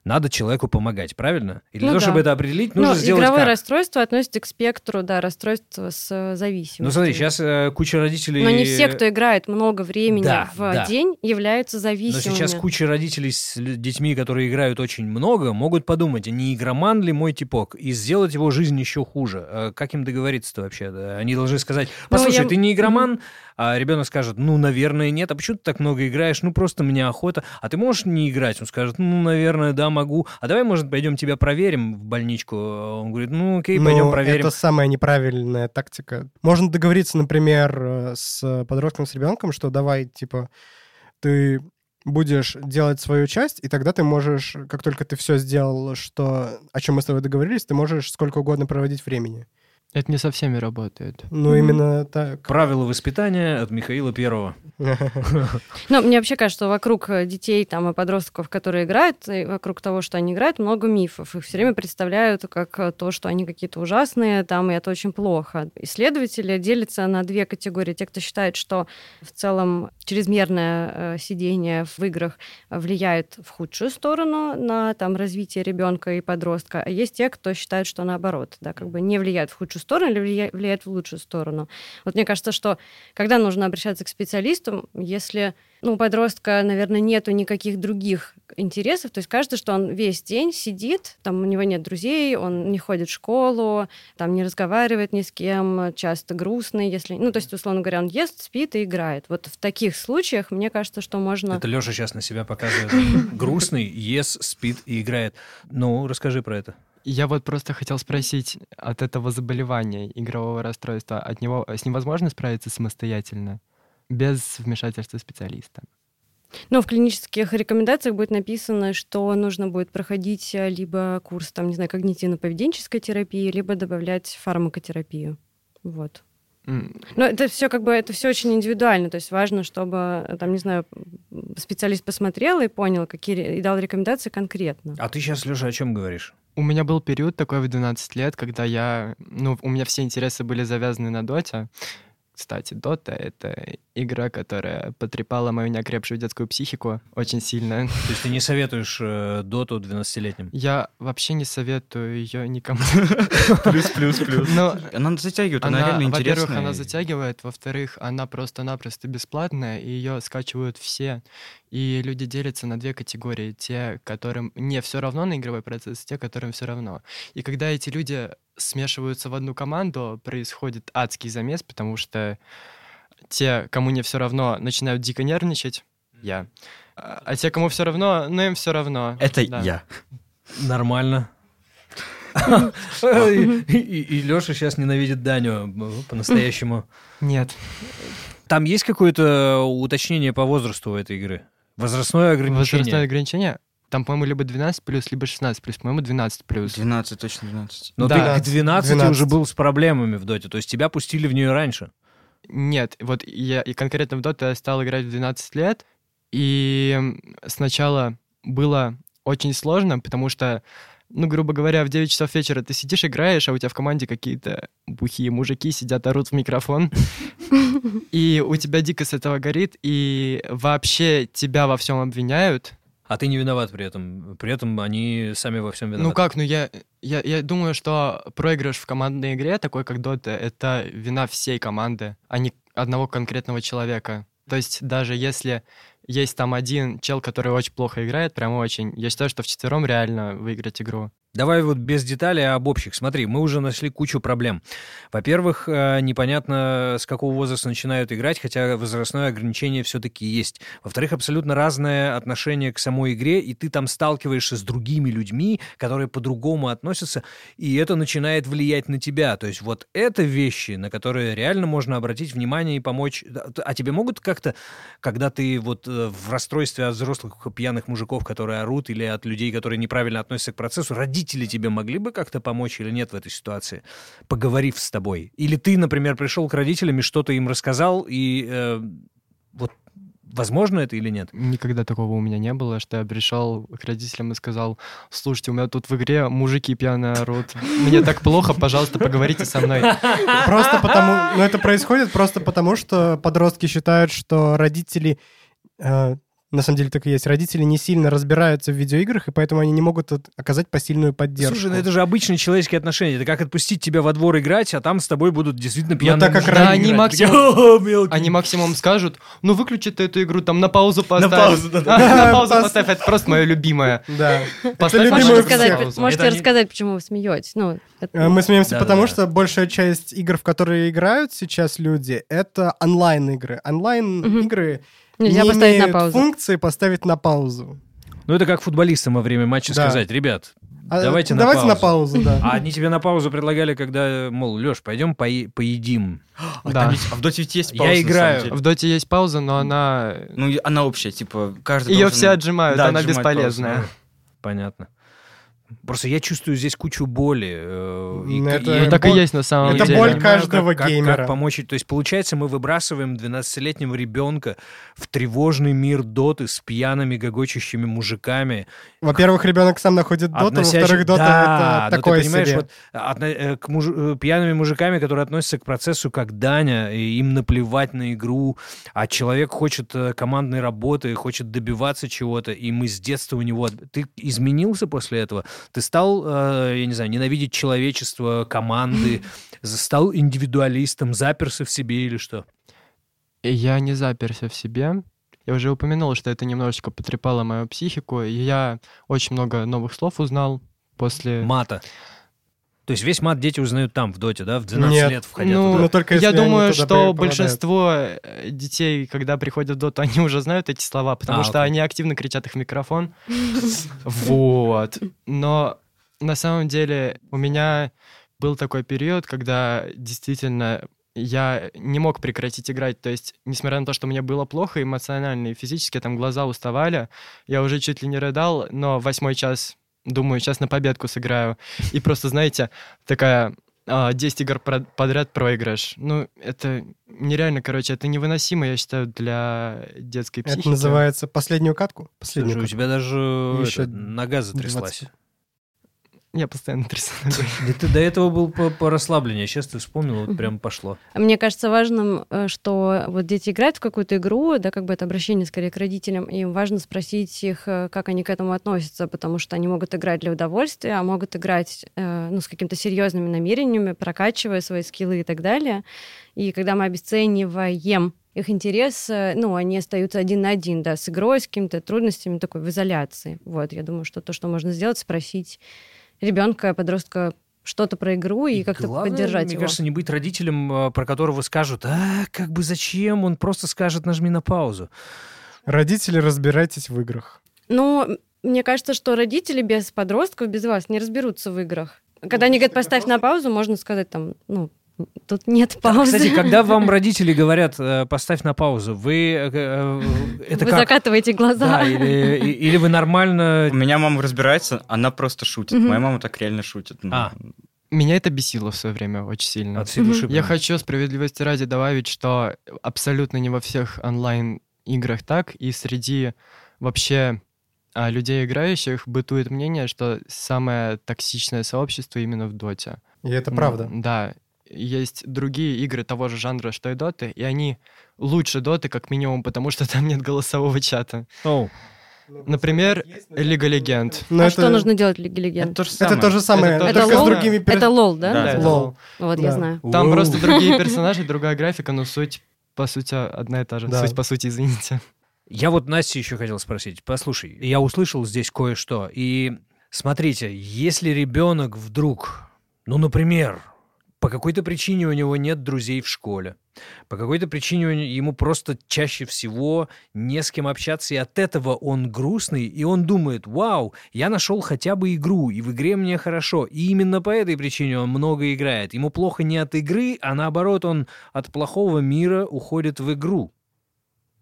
S2: Надо человеку помогать, правильно? И для
S1: Ну
S2: того,
S1: да.
S2: чтобы это определить,
S1: Ну,
S2: нужно сделать
S1: игровое
S2: как?
S1: расстройство относится к спектру, да, расстройства с э, зависимостью.
S2: Ну смотри, сейчас э, куча родителей...
S1: Но не все, кто играет много времени
S2: Да,
S1: в
S2: да.
S1: день, являются
S2: Но
S1: зависимыми.
S2: сейчас куча родителей с лю- детьми, которые играют очень много, могут подумать, а не игроман ли мой типок, и сделать его жизнь еще хуже. Э, Как им договориться-то вообще? Да, Они должны сказать, послушай,
S1: я-
S2: ты не игроман, а ребенок скажет, ну, наверное, нет, а почему ты так много играешь? Ну, просто мне охота. А ты можешь не играть? Он скажет, ну, наверное, да, могу. А давай, может, пойдем тебя проверим в больничку? Он говорит, ну, окей, пойдем
S4: Ну,
S2: проверим.
S4: Это самая неправильная тактика. Можно договориться, например, э, с подростком, с ребенком, что давай, типа, ты будешь делать свою часть, и тогда ты можешь, как только ты все сделал, что, о чем мы с тобой договорились, ты можешь сколько угодно проводить времени.
S5: Это не со всеми работает.
S4: Ну,
S1: Мгм.
S4: именно так. [laughs]
S2: Правила воспитания от Михаила Первого.
S1: Ну, мне вообще кажется, что вокруг э, детей там, и подростков, которые играют, и вокруг того, что они играют, много мифов. Их все время представляют как э, то, что они какие-то ужасные, там, и это очень плохо. Исследователи делятся на две категории. Те, кто считает, что в целом чрезмерное э, сидение в играх влияет в худшую сторону на там, развитие ребенка и подростка. А есть те, кто считает, что наоборот, да, как бы не влияет в худшую сторону или влия- влияет в лучшую сторону. Вот мне кажется, что когда нужно обращаться к специалистам, если ну, у подростка, наверное, нету никаких других интересов, то есть кажется, что он весь день сидит, там у него нет друзей, он не ходит в школу, там не разговаривает ни с кем, часто грустный, если... Ну, то есть, условно говоря, он ест, спит и играет. Вот в таких случаях, мне кажется, что можно...
S2: Это Леша сейчас на себя показывает. Грустный, ест, спит и играет. Ну, расскажи про это.
S5: Я вот просто хотел спросить от этого заболевания игрового расстройства, от него э, с ним возможно справиться самостоятельно без вмешательства специалиста?
S1: Ну, в клинических рекомендациях будет написано, что нужно будет проходить э, либо курс, там, не знаю, когнитивно-поведенческой терапии, либо добавлять фармакотерапию. Вот.
S5: М,
S1: Но это все как бы это все очень индивидуально, то есть важно, чтобы э, там не знаю м, специалист посмотрел и понял, какие ре- и дал рекомендации конкретно.
S2: А ты сейчас, Леша, о чем говоришь?
S5: У меня был период такой в 12 лет, когда я... Ну, у меня все интересы были завязаны на доте. Кстати, дота — это игра, которая потрепала мою неокрепшую детскую психику очень сильно.
S2: То есть ты не советуешь э, доту 12-летним?
S5: Я вообще не советую ее никому.
S3: Плюс, плюс, плюс.
S5: Но
S3: Она затягивает, она,
S5: она,
S3: реально интересная.
S5: во-первых, она затягивает, во-вторых, она просто-напросто бесплатная, и ее скачивают все. И люди делятся на две категории. Те, которым не все равно на игровой процесс, и те, которым все равно. И когда эти люди смешиваются в одну команду, происходит адский замес, потому что те, кому не все равно, начинают дико нервничать. Я. А а те, кому все равно, ну им все равно.
S3: Это
S5: Да.
S3: я.
S2: Нормально. И- И Леша сейчас ненавидит Даню э, по-настоящему.
S5: Нет.
S2: Там есть какое-то уточнение по возрасту у этой игры? Возрастное
S5: Возрастное
S2: ограничение?
S5: ограничение. Там, по-моему, либо 12 плюс, либо 16 плюс. По-моему, 12 плюс.
S3: 12, точно 12.
S2: Но
S5: Да.
S2: Ну, ты к 12 уже
S4: 12.
S2: был с проблемами в доте, то есть тебя пустили в нее раньше.
S5: Нет, вот я и конкретно в доту я стал играть в 12 лет, и м, сначала было очень сложно, потому что, ну, грубо говоря, в 9 часов вечера ты сидишь, играешь, а у тебя в команде какие-то бухие мужики сидят, орут в микрофон, и у тебя дико с этого горит, и вообще тебя во всем обвиняют.
S2: А ты не виноват при этом. При этом они сами во всем виноваты.
S5: Ну как, ну я, я, я думаю, что проигрыш в командной игре, такой как Dota, это вина всей команды, а не одного конкретного человека. То есть даже если есть там один чел, который очень плохо играет, прям очень, я считаю, что вчетвером реально выиграть игру.
S2: Давай вот без деталей, а об общих. Смотри, мы уже нашли кучу проблем. Во-первых, э, непонятно, с какого возраста начинают играть, хотя возрастное ограничение все-таки есть. Во-вторых, абсолютно разное отношение к самой игре, и ты там сталкиваешься с другими людьми, которые по-другому относятся, и это начинает влиять на тебя. То есть вот это вещи, на которые реально можно обратить внимание и помочь. Да, т- А тебе могут как-то, когда ты вот э, в расстройстве от взрослых пьяных мужиков, которые орут, или от людей, которые неправильно относятся к процессу, родители тебе могли бы как-то помочь или нет в этой ситуации, поговорив с тобой? Или ты, например, пришел к родителям и что-то им рассказал, и э, вот возможно это или нет?
S5: Никогда такого у меня не было, что я пришел к родителям и сказал, слушайте, у меня тут в игре мужики пьяные орут, мне так плохо, пожалуйста, поговорите со мной.
S4: Просто
S1: [laughs]
S4: потому... Ну, это происходит просто потому, что подростки считают, что родители... э, на самом деле так и есть. Родители не сильно разбираются в видеоиграх, и поэтому они не могут от- оказать посильную поддержку.
S2: Слушай, ну это же обычные человеческие отношения. Это как отпустить тебя во двор играть, а там с тобой будут действительно пьяные
S4: Ну, так как
S2: мужики
S5: ранее
S2: играть.
S5: максимум-
S2: Такие, «О, мелкий».
S5: Они максимум скажут, ну выключи ты эту игру, там на паузу поставь.
S2: паузу, да,
S5: [laughs] На паузу поставь, это просто мое любимое.
S4: Да.
S5: Поставь,
S4: любимое
S1: Можете,
S5: пожалуйста,
S4: всех.
S1: сказать,
S5: паузу.
S1: можете
S2: Это они-
S1: рассказать, почему вы смеетесь? Ну, это-
S4: Э, Мы смеемся,
S2: Да-да-да.
S4: потому что большая часть игр, в которые играют сейчас люди, это онлайн-игры.
S1: Мгм.
S4: Онлайн-игры
S1: нельзя
S4: не
S1: поставить на
S4: имеют
S1: паузу.
S4: функции поставить на паузу.
S2: Ну, это как футболистам во время матча
S4: Да.
S2: сказать, ребят,
S4: А,
S2: давайте,
S4: давайте
S2: на
S4: на
S2: паузу.
S4: паузу. да.
S2: А они тебе на паузу предлагали, когда, мол, Леш, пойдем пои- поедим.
S3: А,
S5: Да.
S3: там ведь- а в Доте ведь есть
S2: Я
S3: пауза, на самом
S2: играю.
S3: деле.
S5: В доте есть пауза, но она...
S3: Ну, и она общая, типа, каждый
S5: Ее
S3: должен-
S5: все отжимают,
S3: Да,
S5: она
S3: отжимать
S5: бесполезная.
S3: паузу.
S2: Понятно. Просто я чувствую здесь кучу боли. э, и
S4: Ну,
S2: к-
S4: это-
S2: я
S5: Ну,
S2: не
S5: так и
S2: пон-
S5: есть на самом
S4: Это
S5: деле.
S4: боль
S2: понимаю,
S4: каждого
S2: как- как- Как
S4: геймера.
S2: помочь? То есть, получается, мы выбрасываем 12-летнего ребенка в тревожный мир доты с пьяными, гогочущими мужиками.
S4: Во-первых, ребенок сам находит доту,
S2: относящий-
S4: во-вторых, дота
S2: Да,
S4: это
S2: ну
S4: такое
S2: ты понимаешь,
S4: себе.
S2: вот отно- э, к мужу- э, пьяными мужиками, которые относятся к процессу как Даня, и им наплевать на игру, а человек хочет э, командной работы, хочет добиваться чего-то, и мы с детства у него... от- Ты изменился после этого? Ты стал, э, я не знаю, ненавидеть человечество,
S4: [laughs]
S2: команды, за- стал индивидуалистом, заперся в себе или что?
S5: И Я не заперся в себе. Я уже упомянул, что это немножечко потрепало мою психику. и Я очень много новых слов узнал после...
S2: Мата. То есть весь мат дети узнают там, в доте, да? В 12
S4: Нет.
S2: лет входя
S5: ну,
S2: туда.
S4: Но только
S5: я
S4: если
S5: думаю,
S4: они туда
S5: что
S4: попадают.
S5: большинство э, детей, когда приходят в доту, они уже знают эти слова, потому
S2: А,
S5: что
S2: окей.
S5: они активно кричат их в микрофон. Вот. Но на самом деле у меня был такой период, когда действительно я не мог прекратить играть. То есть, несмотря на то, что мне было плохо эмоционально и физически, там глаза уставали, я уже чуть ли не рыдал, но восьмой час, думаю, сейчас на победку сыграю. И просто, знаете, такая а, 10 игр про- подряд проигрыш. Ну, это нереально, короче, это невыносимо, я считаю, для детской
S4: Это
S5: психики.
S4: называется последнюю катку. Последнюю
S2: Слушай, у
S4: катку.
S2: тебя даже
S4: Еще
S2: это, нога затряслась.
S4: 20.
S5: Я постоянно трясу.
S2: Да ты до этого был по, расслаблению, а сейчас ты вспомнил, вот прям пошло.
S1: Мне кажется важным, э, что вот дети играют в какую-то игру, да, как бы это обращение скорее к родителям, и им важно спросить их, э, как они к этому относятся, потому что они могут играть для удовольствия, а могут играть э, ну, с какими-то серьезными намерениями, прокачивая свои скиллы и так далее. И когда мы обесцениваем их интерес, э, ну, они остаются один на один, да, с игрой, с какими-то трудностями, такой в изоляции. Вот, я думаю, что то, что можно сделать, спросить ребенка, подростка что-то про игру Ну и, как-то
S2: главное,
S1: поддержать
S2: мне
S1: его.
S2: кажется, не быть родителем, а, про которого скажут, а, как бы зачем, он просто скажет, нажми на паузу.
S4: Родители, разбирайтесь в играх.
S1: Ну, Мне кажется, что родители без подростков, без вас не разберутся в играх. Когда они говорят,
S4: а
S1: поставь на паузу, можно сказать там, ну, тут нет паузы. [laughs]
S2: Кстати, когда вам родители говорят, э, поставь на паузу, вы э, э, это
S1: Вы
S2: как?
S1: закатываете глаза.
S2: Да, или, и- или вы нормально...
S3: У меня мама разбирается, она просто шутит.
S1: Мгм.
S3: Моя мама так реально шутит. Ну,
S2: А.
S5: Меня это бесило в свое время очень сильно.
S2: От всей души
S5: Я
S2: прям.
S5: хочу справедливости ради добавить, что абсолютно не во всех онлайн-играх так, и среди вообще а, людей, играющих, бытует мнение, что самое токсичное сообщество именно в Доте.
S4: И это
S5: Ну,
S4: правда.
S5: Да. Есть другие игры того же жанра, что и доты, и они лучше доты, как минимум, потому что [laughs] там нет голосового чата.
S2: Оу.
S5: Например, Лига Легенд.
S4: Но
S1: а
S4: Ну, это-
S1: что нужно делать в Лиге
S3: Это
S1: Легенд?
S3: то же самое.
S4: Это то же самое,
S5: Это
S4: только
S1: лол?
S4: с другими перс-
S1: Это лол, да?
S3: Да.
S5: это
S4: Лол.
S5: лол.
S1: Вот, я
S4: Да.
S1: знаю.
S5: Там
S2: Воу.
S5: просто другие персонажи, другая графика, но суть, по сути, одна и та же.
S4: Да.
S5: Суть, по сути, извините.
S2: Я вот Настя еще хотел спросить. Послушай, я услышал здесь кое-что. И смотрите, если ребенок вдруг, ну, например, по какой-то причине у него нет друзей в школе, по какой-то причине у не- ему просто чаще всего не с кем общаться, и от этого он грустный, и он думает, вау, я нашел хотя бы игру, и в игре мне хорошо. И именно по этой причине он много играет. Ему плохо не от игры, а наоборот, он от плохого мира уходит в игру.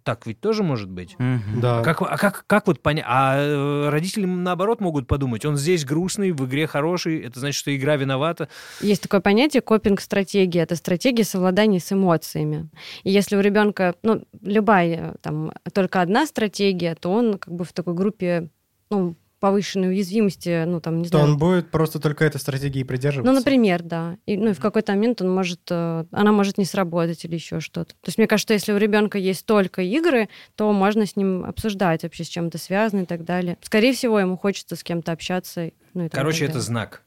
S2: Так ведь тоже может быть?
S3: Мгм.
S4: Да.
S2: А Как, а как, как вот понять? А э, родители, наоборот, могут подумать, он здесь грустный, в игре хороший, это значит, что игра виновата.
S1: Есть такое понятие копинг-стратегия. Это стратегия совладания с эмоциями. И если у ребенка, ну, любая, там, только одна стратегия, то он как бы в такой группе, ну, повышенной уязвимости, ну, там, не
S4: То
S1: знаю.
S4: он будет просто только этой стратегии придерживаться.
S1: Ну, например, да. И, ну, и в какой-то момент он может, э, она может не сработать или еще что-то. То есть мне кажется, что если у ребенка есть только игры, то можно с ним обсуждать вообще, с чем это связано и так далее. Скорее всего, ему хочется с кем-то общаться. ну, и так
S2: Короче,
S1: далее.
S2: это знак.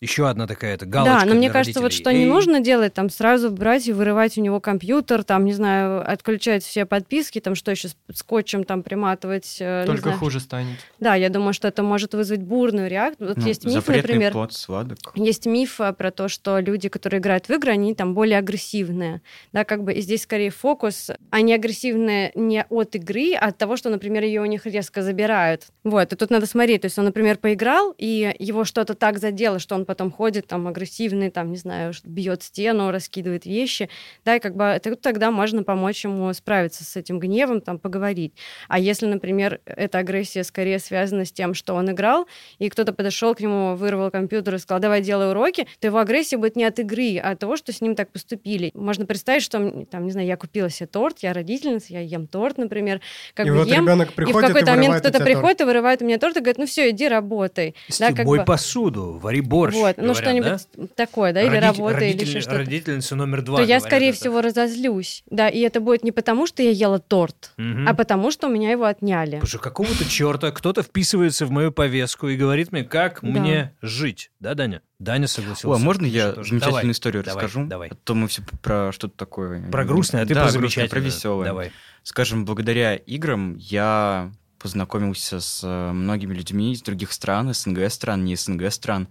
S2: Еще одна такая это галочка.
S1: Да, но мне
S2: для
S1: кажется, вот
S2: родителей.
S1: что не
S2: Эй,
S1: нужно делать, там сразу брать и вырывать у него компьютер, там, не знаю, отключать все подписки, там что еще скотчем там приматывать. э, не
S5: Только
S1: знаю.
S5: хуже станет.
S1: Да, я думаю, что это может вызвать бурную реакцию. Вот
S3: Ну,
S1: есть миф,
S3: запретный
S1: например,
S3: плод сладок.
S1: есть миф а, про то, что люди, которые играют в игры, они там более агрессивные. Да, как бы и здесь скорее фокус. Они агрессивные не от игры, а от того, что, например, ее у них резко забирают. Вот, и тут надо смотреть. То есть он, например, поиграл, и его что-то так задело, что он потом ходит там агрессивный, там, не знаю, ш- бьет стену, раскидывает вещи. Да, и как бы это- тогда можно помочь ему справиться с этим гневом, там, поговорить. А если, например, эта агрессия скорее связана с тем, что он играл, и кто-то подошел к нему, вырвал компьютер и сказал, давай делай уроки, то его агрессия будет не от игры, а от того, что с ним так поступили. Можно представить, что, м, там, не знаю, я купила себе торт, я родительница, я ем торт, например, как
S4: и
S1: бы
S4: вот
S1: ем,
S4: ребенок
S1: и в
S4: приходит
S1: какой-то момент
S4: вырывает у
S1: кто-то
S4: тебя торт.
S1: приходит и вырывает у меня торт и говорит, ну все, иди работай. Да,
S2: Стив,
S1: как
S2: мой
S1: бы-
S2: посуду, вари борщ.
S1: вот, ну
S2: говорят,
S1: что-нибудь такое, да,
S2: да?
S1: или
S2: Родитель-
S1: работай, или
S2: родитель-
S1: еще что-то.
S2: Родительница номер два.
S1: То я,
S2: говорят
S1: скорее
S2: это.
S1: всего, разозлюсь. Да, и это будет не потому, что я ела торт,
S2: Мгм.
S1: а потому, что у меня его отняли.
S2: Потому что какого-то черта кто-то вписывается в мою повестку и говорит мне, как
S1: Да.
S2: мне жить. Да, Даня? Даня согласился.
S3: О, а можно я
S2: Отлично тоже.
S3: замечательную
S2: Давай,
S3: историю
S2: давай,
S3: расскажу?
S2: Давай.
S3: А то мы все про что-то такое.
S2: Про грустное, а ты
S3: Да,
S2: про
S3: грустное,
S2: замечательное.
S3: про веселое.
S2: Давай.
S3: Скажем, благодаря играм я познакомился с э, многими людьми из других стран, СНГ стран, не СНГ стран,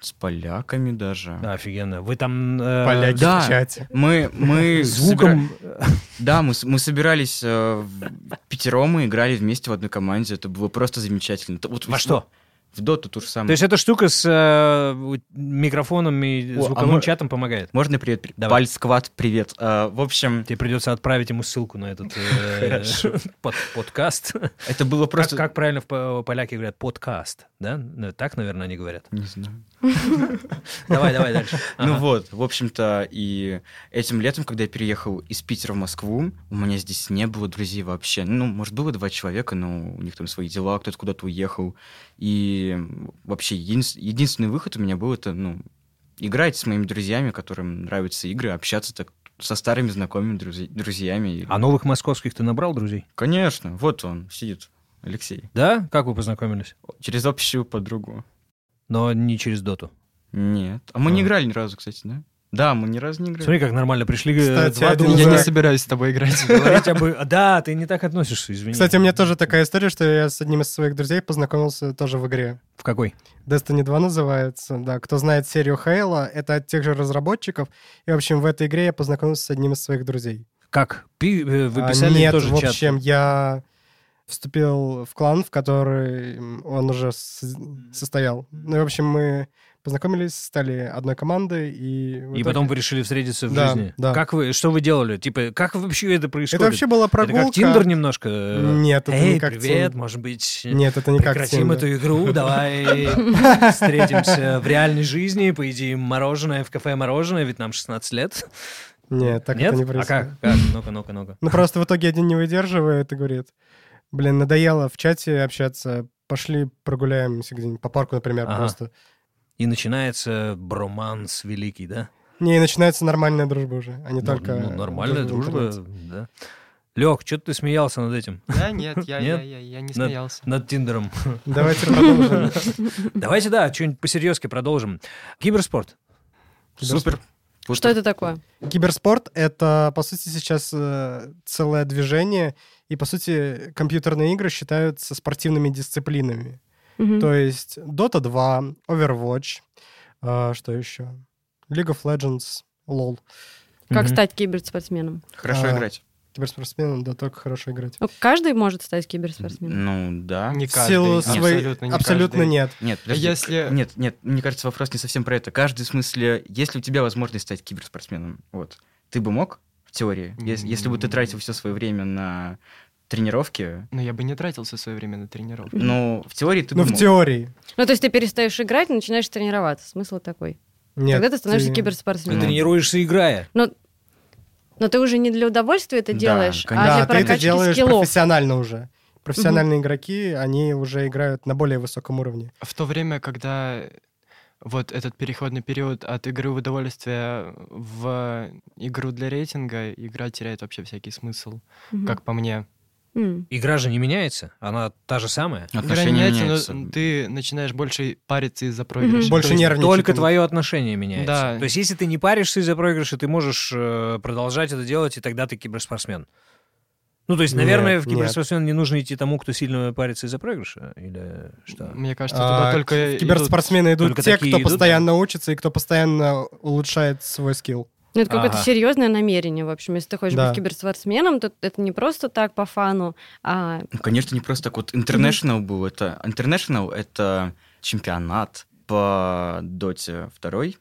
S3: с поляками даже.
S2: Да, офигенно. Вы там... э,
S4: Поляки
S3: Да.
S4: в чате.
S3: Мы,
S2: [laughs]
S3: мы собира-
S2: Звуком
S3: Да, мы, с- мы собирались э, в пятером и играли вместе в одной команде. Это было просто замечательно. Т- Вот
S2: Во
S3: в-
S2: что?
S3: В доту то же
S2: То
S3: самое.
S2: есть эта штука с э, у- микрофоном и
S3: О, а
S2: звуковым
S3: мы-
S2: чатом помогает.
S3: Можно привет? при-
S2: Давай.
S3: Пальсквад, привет. Э, в общем,
S2: Тебе придется отправить ему ссылку на этот э,
S3: Хорошо.
S2: [laughs] под- подкаст.
S3: это было
S2: Как
S3: [laughs] просто...
S2: как правильно в по- поляки говорят? Подкаст, да? Ну, Так, наверное, они говорят.
S3: Не знаю.
S2: Давай, давай дальше.
S3: [laughs] Ну
S2: Ага.
S3: вот, в общем-то, и этим летом, когда я переехал из Питера в Москву, у меня здесь не было друзей вообще. Ну, может, было два человека, но у них там свои дела, кто-то куда-то уехал. И вообще единс- единственный выход у меня был это, ну, играть с моими друзьями, которым нравятся игры, общаться так со старыми знакомыми друзи- друзьями. И-
S2: А новых московских ты набрал друзей?
S3: Конечно, вот он сидит, Алексей.
S2: Да? Как вы познакомились?
S3: Через общую подругу.
S2: Но не через доту.
S3: Нет. А мы не
S2: А.
S3: играли ни разу, кстати, да? Да, мы ни разу не играли.
S2: Смотри, как нормально пришли э,
S4: Кстати,
S2: два
S4: один
S2: друга.
S5: Я не
S4: знаю.
S5: собираюсь с
S4: [laughs]
S5: тобой играть.
S3: а
S2: [laughs] Говорить об и- Да, ты не так относишься, извини.
S4: Кстати, у меня тоже такая история, что я с одним из своих друзей познакомился тоже в игре.
S2: В какой?
S4: Destiny 2 называется, да. Кто знает серию Хейла, это от тех же разработчиков. И, в общем, в этой игре я познакомился с одним из своих друзей.
S2: Как? Пи- э, Вы
S4: А,
S2: писали
S4: Нет,
S2: тоже
S4: в
S2: чат?
S4: общем, я вступил в клан, в который он уже с- состоял. Ну и, в общем, мы познакомились, стали одной командой, и... в
S2: И
S4: итоге-
S2: потом вы решили встретиться в
S4: Да,
S2: жизни.
S4: да.
S2: Как вы, что вы делали? Типа, как вообще это происходит?
S4: Это вообще была
S2: Это
S4: прогулка.
S2: как Тиндер немножко? э,
S4: Нет, это
S2: Эй,
S4: не как
S2: привет,
S4: Tinder.
S2: может быть,
S4: Нет, это не как
S2: прекратим
S4: Tinder.
S2: эту игру, давай встретимся в реальной жизни, поедим мороженое в кафе мороженое, ведь нам 16 лет.
S4: [laughs] Нет, так
S2: Нет?
S4: это не
S2: а
S4: происходит.
S2: как? Как? Ну-ка, ну-ка, ну-ка.
S4: Ну просто в итоге один не выдерживает и говорит, блин, надоело в чате общаться, пошли прогуляемся где-нибудь по парку, например,
S2: Ага.
S4: просто.
S2: И начинается броманс великий, да?
S4: Не, и начинается нормальная дружба уже, а не
S2: Ну,
S4: только...
S2: ну, нормальная
S4: в
S2: дружба,
S4: интернете.
S2: да. Лех, что ты смеялся над этим,
S5: Да, нет, я,
S2: Нет?
S5: я, я, я не
S2: На-
S5: смеялся.
S2: над Тиндером?
S4: Давайте продолжим. [laughs]
S2: Давайте, да, что-нибудь посерьезки продолжим. Киберспорт.
S3: Супер. Вот
S1: Что это такое?
S4: Киберспорт — это, по сути, сейчас э, целое движение, и, по сути, компьютерные игры считаются спортивными дисциплинами.
S1: Мгм.
S4: То есть Dota 2, Overwatch, а, что еще? League of Legends, LOL.
S1: Как
S2: Мгм.
S1: стать киберспортсменом?
S3: Хорошо
S4: А.
S3: играть.
S4: Киберспортсменам, да, только хорошо играть.
S1: Ну, Каждый может стать киберспортсменом.
S3: Ну, да.
S5: Не
S4: В
S5: каждый,
S4: силу своей...
S5: абсолютно, Ну, не
S4: абсолютно
S5: каждый.
S4: нет.
S3: Нет, подожди.
S5: Если-
S3: Нет, нет, мне кажется, вопрос не совсем про это. Каждый, в смысле, если у тебя возможность стать киберспортсменом, вот, ты бы мог, в теории, ес- если бы ты
S5: М.
S3: тратил все свое время на тренировки,
S5: Но я бы не тратил все свое время на тренировку.
S3: ну, в теории ты
S4: Ну,
S3: бы
S4: в
S3: мог.
S4: теории.
S1: Ну, то есть ты перестаешь играть, начинаешь тренироваться. Смысл такой.
S4: Нет.
S1: Тогда ты становишься
S2: Ты
S1: киберспортсменом.
S3: Ну,
S2: тренируешься, играя.
S1: Но ты уже не для удовольствия это
S3: Да,
S1: делаешь, а
S3: конечно.
S4: Да,
S1: для
S4: ты это
S1: прокачки
S4: делаешь
S1: скиллов.
S4: профессионально уже. Профессиональные игроки, они уже играют на более высоком уровне.
S5: В то время, когда вот этот переходный период от игры в удовольствие в игру для рейтинга, игра теряет вообще всякий смысл,
S1: Мгм.
S5: как по мне.
S1: М.
S2: Игра же не меняется, она та же самая.
S5: Игра
S3: Отношения
S5: меняется,
S3: меняются.
S5: но ты начинаешь больше париться из-за проигрыша.
S4: Больше
S5: То есть-
S4: нервничать.
S2: Только
S4: им.
S2: твое отношение меняется.
S5: Да.
S2: То есть, если ты не паришься из-за проигрыша, ты можешь э, продолжать это делать, и тогда ты киберспортсмен. Ну, то есть,
S4: Нет,
S2: наверное, в
S4: нет.
S2: киберспортсмен не нужно идти тому, кто сильно парится из-за проигрыша, или что?
S5: Мне кажется, туда
S4: А,
S5: только
S4: к-
S5: идут-
S4: Киберспортсмены идут
S2: Только
S4: те,
S2: такие
S4: кто
S2: идут, да?
S4: постоянно учится и кто постоянно улучшает свой скилл.
S1: Ну, это какое-то
S2: Ага.
S1: серьезное намерение, в общем. Если ты хочешь
S4: Да.
S1: быть киберспортсменом, то это не просто так по фану, а
S3: Ну, конечно, не просто так. Вот International был это... International — это чемпионат по Доте 2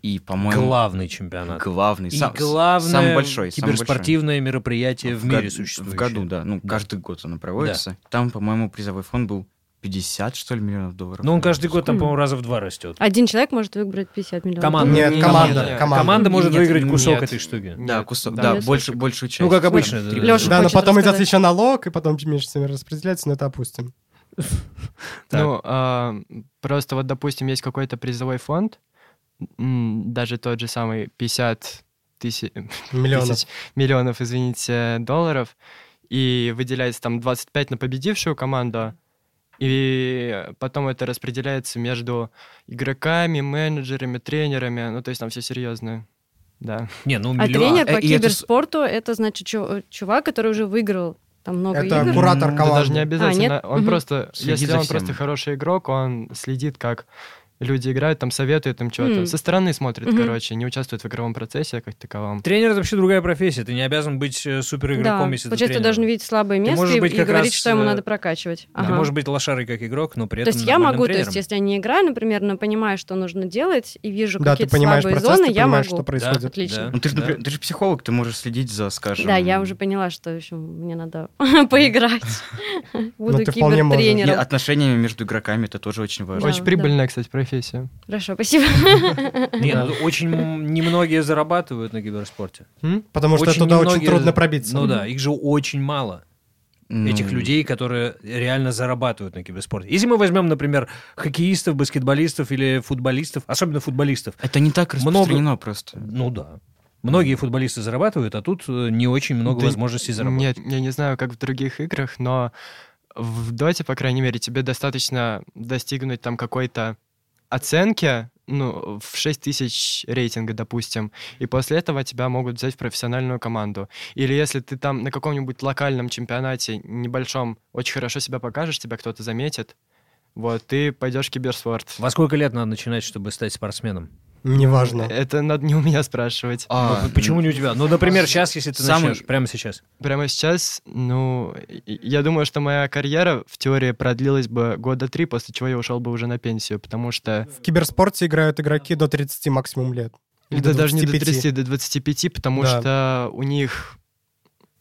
S3: и, по-моему...
S2: Главный чемпионат.
S3: Главный.
S2: И
S3: сам,
S2: главное
S3: самый большой. самый большой.
S2: киберспортивное мероприятие в,
S3: год-
S2: мире существует.
S3: В году, да. Ну,
S2: Да.
S3: каждый год оно проводится. Там, по-моему, призовой фонд был 50, что ли, миллионов долларов.
S2: Но Ну, он каждый год там,
S1: Сколько?
S2: по-моему, раза в два растет.
S1: один человек может выиграть 50 миллионов.
S2: Команда.
S4: Нет,
S5: Нет,
S4: команда,
S5: нет.
S4: команда.
S2: Команда может
S3: Нет,
S2: выиграть
S3: нет.
S2: кусок этой штуки.
S3: Да,
S5: Нет,
S3: кусок.
S5: да,
S3: Да,
S1: лесочек.
S3: больше, большую часть.
S2: Ну, как обычно,
S3: Там
S2: да.
S3: три
S2: Лёша,
S3: призова.
S4: Да, но
S1: хочет
S4: потом идет
S1: рассказать.
S4: еще налог, и потом между всеми распределяется, но это опустим.
S2: Так.
S5: Ну, а, просто вот, допустим, есть какой-то призовой фонд, м, даже тот же самый 50 тысяч,
S4: Миллионов.
S5: тысяч миллионов, извините, долларов, и выделяется там 25 на победившую команду, и потом это распределяется между игроками, менеджерами, тренерами, ну, то есть там все серьезно, да.
S2: Не, ну,
S1: А
S2: миллион.
S1: тренер по
S3: Э, и это с-
S1: киберспорту это значит чу- чувак, который уже выиграл там много
S4: Это
S1: игр.
S3: аккуратно.
S4: куратор
S3: М, да
S4: команды.
S5: Да даже не обязательно.
S1: нет?
S5: Он
S1: Мгм.
S5: просто,
S3: Следит
S5: если
S3: за
S5: он
S3: всем.
S5: просто хороший игрок, он следит, как люди играют, там советует им что-то.
S1: М.
S5: Со стороны смотрит,
S1: Мгм.
S5: короче, не участвует в игровом процессе как таковом.
S2: Тренер это вообще другая профессия. Ты не обязан быть э, суперигроком,
S1: Да,
S2: если ты
S1: получается,
S2: тренер.
S1: ты должен видеть слабые
S2: Ты
S1: места
S2: можешь
S1: и,
S2: быть
S1: и
S2: как
S1: говорить,
S2: раз,
S1: что ему
S2: э,
S1: надо прокачивать.
S2: Ты
S1: Ага.
S2: можешь быть лошарой как игрок, но при
S1: То
S2: этом
S1: есть я
S2: нормальным
S1: могу, то
S2: тренером.
S1: есть если я не играю, например, но понимаю, что нужно делать, и вижу
S4: Да, ты
S1: какие-то
S4: понимаешь
S1: слабые
S4: процесс,
S1: зоны,
S4: ты
S1: я
S4: понимаешь,
S1: могу.
S4: что происходит.
S1: Отлично.
S3: Ну, ты же, например, ты же психолог, ты можешь следить за, скажем...
S1: Да, я уже поняла, что в общем, мне надо [laughs]
S4: [laughs]
S1: поиграть. Буду
S4: Ну, ты вполне можешь.
S3: И
S1: кибертренером.
S3: отношениями между игроками это тоже очень важно.
S5: Очень
S1: да.
S5: прибыльная, кстати, профессия.
S1: Хорошо, спасибо.
S2: Не, ну, очень м- немногие зарабатывают на киберспорте.
S5: М?
S4: Потому что
S2: Очень
S4: туда очень
S2: немногие-
S4: трудно пробиться.
S2: Ну да, их же очень мало,
S3: Ну,
S2: этих людей, которые реально зарабатывают на киберспорте. Если мы возьмем, например, хоккеистов, баскетболистов или футболистов, особенно футболистов,
S3: Это не так
S2: Много-
S3: распространено просто.
S2: ну да. Многие футболисты зарабатывают, а тут э, не очень много
S5: Да
S2: возможностей заработать.
S5: Нет, я не знаю, как в других играх, но в доте, по крайней мере, тебе достаточно достигнуть там какой-то оценки, ну, в 6 тысяч рейтинга, допустим, и после этого тебя могут взять в профессиональную команду. Или если ты там на каком-нибудь локальном чемпионате небольшом очень хорошо себя покажешь, тебя кто-то заметит, вот, ты пойдешь в киберспорт.
S2: Во сколько лет надо начинать, чтобы стать спортсменом?
S4: Неважно.
S5: Это надо не у меня спрашивать.
S3: А,
S2: Ну, Почему не у тебя? Ну, например, сейчас, если ты
S3: Самый-
S2: начнешь, прямо сейчас.
S5: Прямо сейчас, ну, и- я думаю, что моя карьера в теории продлилась бы года три, после чего я ушел бы уже на пенсию, потому что...
S4: В киберспорте играют игроки до 30 максимум лет. Или
S5: Да
S4: до
S5: даже не до
S4: 25.
S5: 30, до 25, потому
S4: Да.
S5: что у них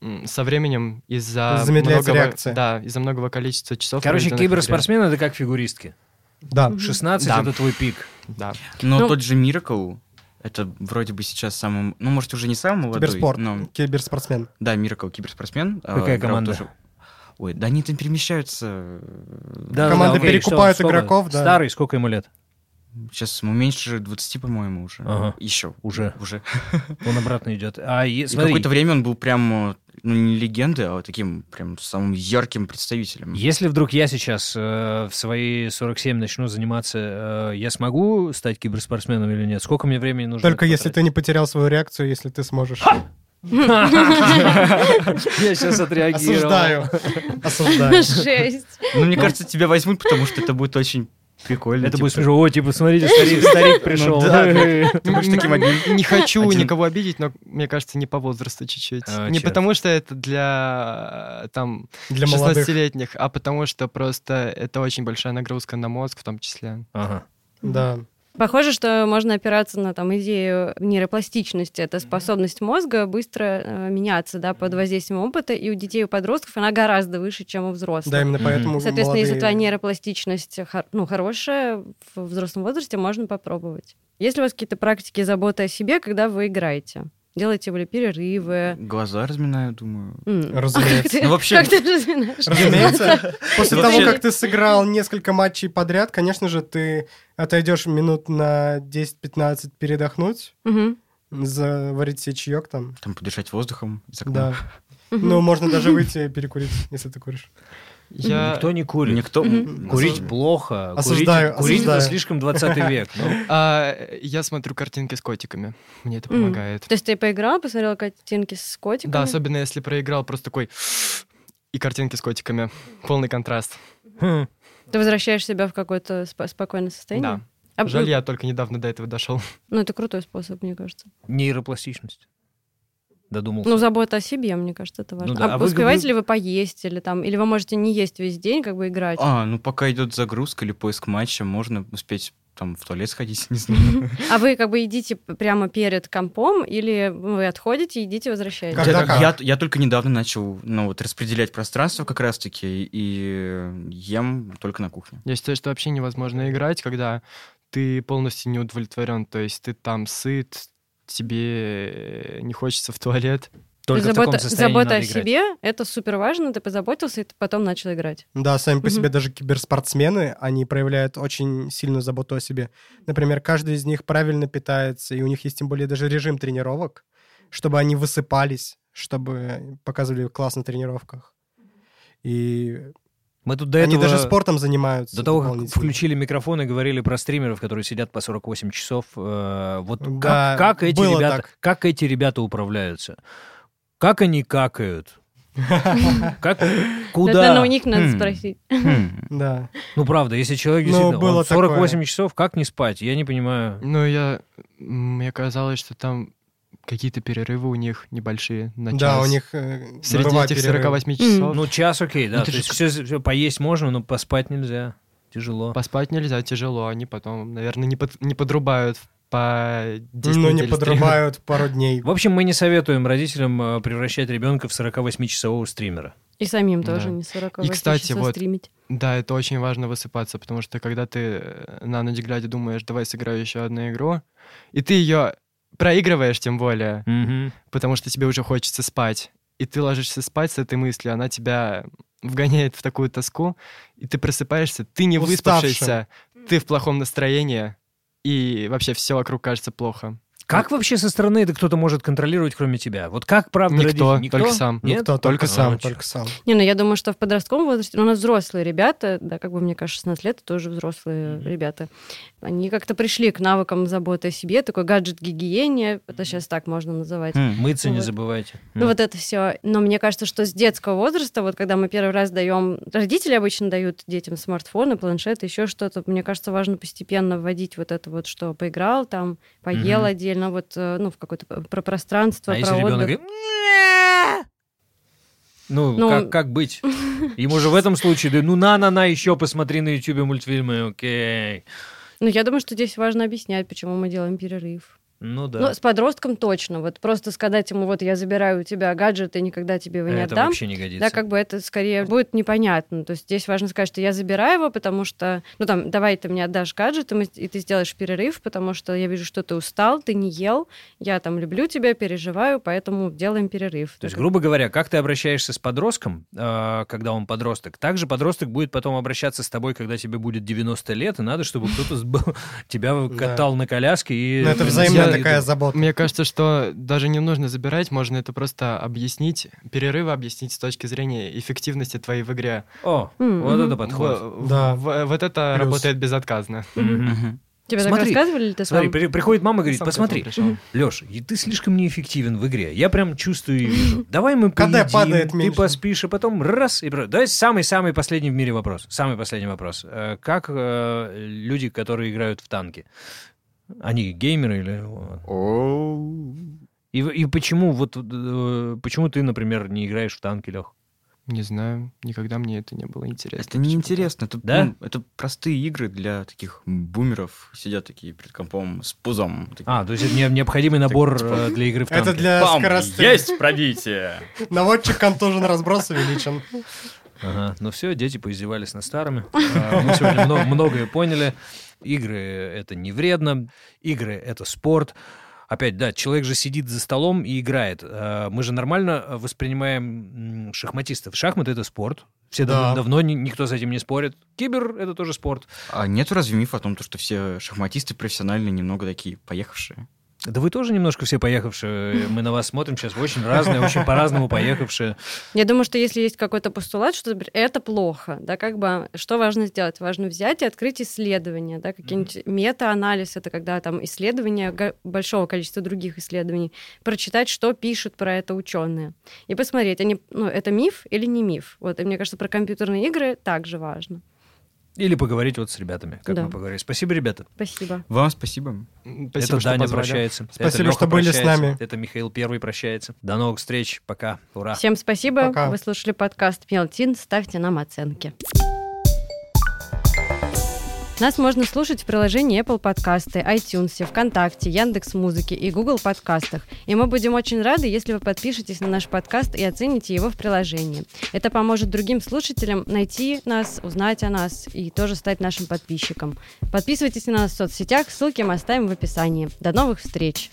S5: м, со временем из-за
S4: Замедляется
S5: многого,
S4: реакция.
S5: Да, из-за многого количества часов.
S2: Короче,
S5: проведенных в игре.
S2: киберспортсмены — это как фигуристки.
S4: Да.
S2: 16
S5: Да.
S2: это твой пик.
S5: Да.
S3: Но
S1: Ну-
S3: тот же Miracle, это вроде бы сейчас самым... Ну, может, уже не самый молодой.
S4: Киберспорт.
S3: но-
S4: Киберспортсмен.
S3: да, Miracle, киберспортсмен. а,
S2: Какая
S3: играл
S2: команда?
S3: тоже- Ой, да они там перемещаются.
S2: Да,
S4: Команды
S2: окей,
S4: перекупают
S2: что- сколько?
S4: игроков, да.
S2: Старый, сколько ему лет?
S3: Сейчас ему меньше 20, по-моему, уже.
S2: Ага.
S3: Еще.
S2: Уже.
S3: Уже.
S2: Он обратно идет. А е-
S3: И
S2: смотри,
S3: какое-то время он был прям, э, ну, не легендой, а вот таким прям самым ярким представителем.
S2: если вдруг я сейчас э, в свои 47 начну заниматься, э, я смогу стать киберспортсменом или нет? Сколько мне времени нужно?
S4: Только если ты не потерял свою реакцию, если ты сможешь.
S1: [laughs]
S2: Я сейчас отреагировал.
S4: Осуждаю.
S1: [laughs]
S4: Осуждаю.
S1: Жесть.
S3: Ну, мне кажется, тебя возьмут, потому что это будет очень прикольно.
S2: Это
S3: типа,
S2: будет смешно. О, типа, смотрите, [laughs] старик, старик пришел.
S3: Ну да.
S2: [laughs]
S3: Ты будешь таким одним.
S5: Не хочу
S3: Один.
S5: никого обидеть, но мне кажется, не по возрасту чуть-чуть.
S2: А,
S5: не
S2: чё?
S5: потому что это для э, там
S4: Для молодых.
S5: 16-летних, а потому что просто это очень большая нагрузка на мозг в том числе.
S2: Ага.
S4: Да.
S1: Похоже, что можно опираться на там, идею нейропластичности. Это способность мозга быстро э, меняться да, под воздействием опыта. И у детей и у подростков она гораздо выше, чем у взрослых.
S4: Да, именно
S2: Мгм.
S4: поэтому
S1: Соответственно, если твоя
S4: молодые-
S1: нейропластичность хор- ну, хорошая, в взрослом возрасте можно попробовать. Есть ли у вас какие-то практики заботы о себе, когда вы играете? Делаете ли перерывы?
S3: Глаза разминаю, думаю.
S1: М. [laughs]
S4: Разумеется.
S1: Как ты-
S3: Ну, вообще-
S1: Как ты разминаешь?
S4: Разумеется, после того,
S3: Вообще-
S4: как ты сыграл несколько матчей подряд, конечно же, ты отойдешь минут на 10-15 передохнуть,
S1: Мгм.
S4: заварить себе чаек там.
S3: Там подышать воздухом из окна.
S4: Да.
S1: Мгм.
S4: Ну, можно даже выйти перекурить, если ты куришь.
S5: Я,
S2: Никто не курит.
S3: Никто...
S1: Мгм.
S2: Курить плохо. Курить-
S4: Осуждаю,
S2: Курить это
S4: осуждаю.
S2: слишком 20 век. Ну,
S5: а, я смотрю картинки с котиками. Мне это
S1: М.
S5: помогает.
S1: То э, есть ты поиграл, посмотрел картинки с котиками?
S5: Да, особенно если проиграл, просто такой и картинки с котиками. Полный контраст.
S2: [laughs] хм.
S1: Ты возвращаешь себя в какое-то спо- спокойное состояние?
S5: Да.
S1: А,
S5: Жаль, я только недавно до этого дошел.
S1: Ну, это крутой способ, мне кажется.
S2: Нейропластичность. Додумался.
S1: Ну, забота о себе, мне кажется, это важно.
S2: Ну да,
S1: А,
S2: а вы
S1: успеваете
S2: говорили-
S1: ли вы поесть или там, или вы можете не есть весь день, как бы играть?
S3: А, ну пока идет загрузка или поиск матча, можно успеть там в туалет сходить, [laughs] не знаю.
S1: А вы как бы едите п- прямо перед компом, или вы отходите, едите, возвращаетесь?
S4: Когда
S3: Я-
S4: как?
S3: Я, я только недавно начал, ну вот, распределять пространство как раз-таки и ем только на кухне.
S5: Я считаю, что вообще невозможно играть, когда ты полностью не удовлетворен. То есть ты там сыт, тебе не хочется в туалет.
S2: Только в таком
S1: забота
S2: состоянии
S1: забота
S2: надо
S1: о
S2: играть.
S1: себе это супер важно, ты позаботился, и ты потом начал играть.
S4: Да, сами по
S1: Мгм.
S4: себе даже киберспортсмены, они проявляют очень сильную заботу о себе. Например, каждый из них правильно питается, и у них есть тем более даже режим тренировок, чтобы они высыпались, чтобы показывали класс на тренировках. И
S2: Мы тут до
S4: они
S2: этого...
S4: даже спортом занимаются.
S2: До того, как
S4: дополнительно.
S2: включили микрофон и говорили про стримеров, которые сидят по 48 часов, э, вот
S4: Да,
S2: как, как эти
S4: было
S2: ребята,
S4: так.
S2: как эти ребята управляются? Как они
S4: [laughs]
S2: какают? Как,
S1: Это, наверное,
S2: куда?
S1: у них надо
S3: Хм.
S1: спросить.
S3: Хм.
S4: Да.
S2: Ну, правда, если человек
S4: Ну,
S2: действительно он
S4: было
S2: 48
S4: такое.
S2: часов, как не спать? Я не понимаю.
S5: Ну, я... Мне казалось, что там какие-то перерывы у них небольшие на
S4: Да,
S5: час.
S4: у них э,
S5: Среди
S4: бывают
S5: этих
S4: перерывы.
S5: 48 часов
S2: Ну, час окей, да.
S5: Ну,
S2: То
S5: ты
S2: есть
S5: же
S2: все, поесть можно, но поспать нельзя. Тяжело.
S5: поспать нельзя, тяжело. Они потом, наверное, не, под- не подрубают по 10
S4: Ну, не
S5: недель стрима.
S4: подрывают пару дней.
S2: В общем, мы не советуем родителям э, превращать ребенка в 48-часового стримера.
S1: И самим
S5: Да.
S1: тоже не 40
S5: И, кстати,
S1: часов
S5: вот-
S1: стримить.
S5: [laughs] Да, это очень важно высыпаться, потому что когда ты э, на ночь глядя думаешь, давай сыграю еще одну игру, и ты ее проигрываешь тем более,
S2: Мгм.
S5: потому что тебе уже хочется спать. И ты ложишься спать с этой мыслью, она тебя вгоняет в такую тоску, и ты просыпаешься, ты не
S4: Уставшим.
S5: выспавшийся, ты в плохом настроении, и вообще все вокруг кажется плохо.
S2: Как вообще со стороны это кто-то может контролировать, кроме тебя? Вот как правда
S5: Никто,
S2: родители?
S5: только сам.
S2: Нет?
S4: Никто,
S5: Только
S4: только
S5: сам.
S4: сам, Ну, только сам.
S1: Не, ну я думаю, что в подростковом возрасте, ну, у нас взрослые ребята, да, как бы мне кажется, 16 лет тоже взрослые ребята. Они как-то пришли к навыкам заботы о себе, такой гаджет-гигиене, это сейчас так можно называть.
S3: М,
S2: Мыться не
S1: Вот.
S2: забывайте.
S1: Ну, вот это все. Но мне кажется, что с детского возраста, вот когда мы первый раз даем, родители обычно дают детям смартфоны, планшеты, еще что-то. Мне кажется, важно постепенно вводить вот это вот, что поиграл там, поел
S2: Мгм.
S1: отдельно, вот, э, ну, в какое-то п- про пространство,
S2: А если
S1: про
S2: ребенок
S1: отдых.
S2: говорит, «Ня!» ну,
S1: Ну,
S2: как,
S1: [laughs]
S2: как быть? Ему же в этом случае, да, ну на-на-на, еще посмотри на Ютубе мультфильмы, окей.
S1: Ну, я думаю, что здесь важно объяснять, почему мы делаем перерыв.
S2: Ну да.
S1: Ну, с подростком точно. Вот просто сказать ему, вот я забираю у тебя гаджет и никогда тебе его не
S2: это
S1: отдам.
S2: вообще не годится.
S1: Да, как бы это скорее будет непонятно. То есть здесь важно сказать, что я забираю его, потому что, ну там, давай ты мне отдашь гаджет, и, мы- и ты сделаешь перерыв, потому что я вижу, что ты устал, ты не ел, я там люблю тебя, переживаю, поэтому делаем перерыв.
S2: То есть,
S1: Так-
S2: грубо говоря, как ты обращаешься с подростком, э, когда он подросток, так же подросток будет потом обращаться с тобой, когда тебе будет 90 лет, и надо, чтобы кто-то с- был- [laughs] тебя
S4: Да.
S2: катал на коляске. И...
S4: Но Ну, это
S5: Я-
S4: взаимная
S5: я-
S4: такая забота.
S5: Мне кажется, что даже не нужно забирать, можно это просто объяснить, перерывы объяснить с точки зрения эффективности твоей в игре.
S2: О,
S1: М,
S2: вот
S1: мгм.
S2: это подход.
S5: В- в-
S4: Да.
S5: в- вот это
S4: Плюс.
S5: работает безотказно.
S2: Мгм.
S3: мгм.
S1: Тебе так
S2: Смотри,
S1: рассказывали или ты
S2: Смотри,
S1: сам?
S2: при- приходит мама и говорит,
S5: Сам к этому
S2: посмотри,
S5: пришел.
S2: [laughs] Леш, и ты слишком неэффективен в игре. Я прям чувствую и
S4: [laughs]
S2: вижу. Давай мы
S4: Когда
S2: поедим,
S4: падает
S2: ты
S4: меньше.
S2: поспишь, а потом раз и... про- Давай самый-самый последний в мире вопрос. Самый последний вопрос. Э, Как э, люди, которые играют в танки, они геймеры или...
S3: Оу.
S2: И, в- и почему вот э, почему ты, например, не играешь в танки, Лех?
S5: Не знаю, никогда мне это не было интересно.
S3: Это неинтересно. Это,
S2: Да?
S3: ну, это простые игры для таких бумеров. Сидят такие перед компом с пузом. Такие,
S2: А, то есть это не- необходимый набор э, для игры в танки.
S4: типа [laughs] Это для
S3: «Бам!
S4: скоростных.
S3: Есть пробитие!
S4: Наводчик контужен разброс увеличен.
S2: Ага. Ну все, дети поиздевались над старыми. А, Мы сегодня мно- многое поняли. Игры — это не вредно. Игры — это спорт. Опять, да, человек же сидит за столом и играет. А, Мы же нормально воспринимаем м, шахматистов. Шахматы — это спорт. Все дав-
S4: Да.
S2: давно ни- никто с этим не спорит. Кибер — это тоже спорт.
S3: А нет разве мифа о том, то, что все шахматисты профессиональные немного такие поехавшие?
S2: Да вы тоже немножко все поехавшие. Мы на вас смотрим сейчас. Вы очень разные, очень по-разному поехавшие.
S1: Я думаю, что если есть какой-то постулат, что например, это плохо, да, как бы, а, что важно сделать? Важно взять и открыть исследования, да, какие-нибудь мета-анализ, это когда там исследования га- большого количества других исследований, прочитать, что пишут про это ученые, и посмотреть, они, ну, это миф или не миф. Вот, и мне кажется, про компьютерные игры также важно.
S2: Или поговорить вот с ребятами, как
S1: Да.
S2: мы поговорили. Спасибо, ребята.
S1: Спасибо.
S3: Вам спасибо.
S5: М, Спасибо,
S2: это
S5: что
S2: Даня
S5: позвали.
S2: прощается. это
S4: Спасибо,
S2: Лёха
S4: что были с
S2: прощается,
S4: нами.
S2: Это Михаил Первый прощается. До новых встреч. Пока. Ура.
S1: Всем спасибо.
S4: Пока.
S1: Вы слушали подкаст Мелтин. Ставьте нам оценки. Нас можно слушать в приложении Apple Подкасты, iTunes, ВКонтакте, Яндекс Музыки и Google Подкастах. И мы будем очень рады, если вы подпишетесь на наш подкаст и оцените его в приложении. Это поможет другим слушателям найти нас, узнать о нас и тоже стать нашим подписчиком. Подписывайтесь на нас в соцсетях, ссылки мы оставим в описании. До новых встреч!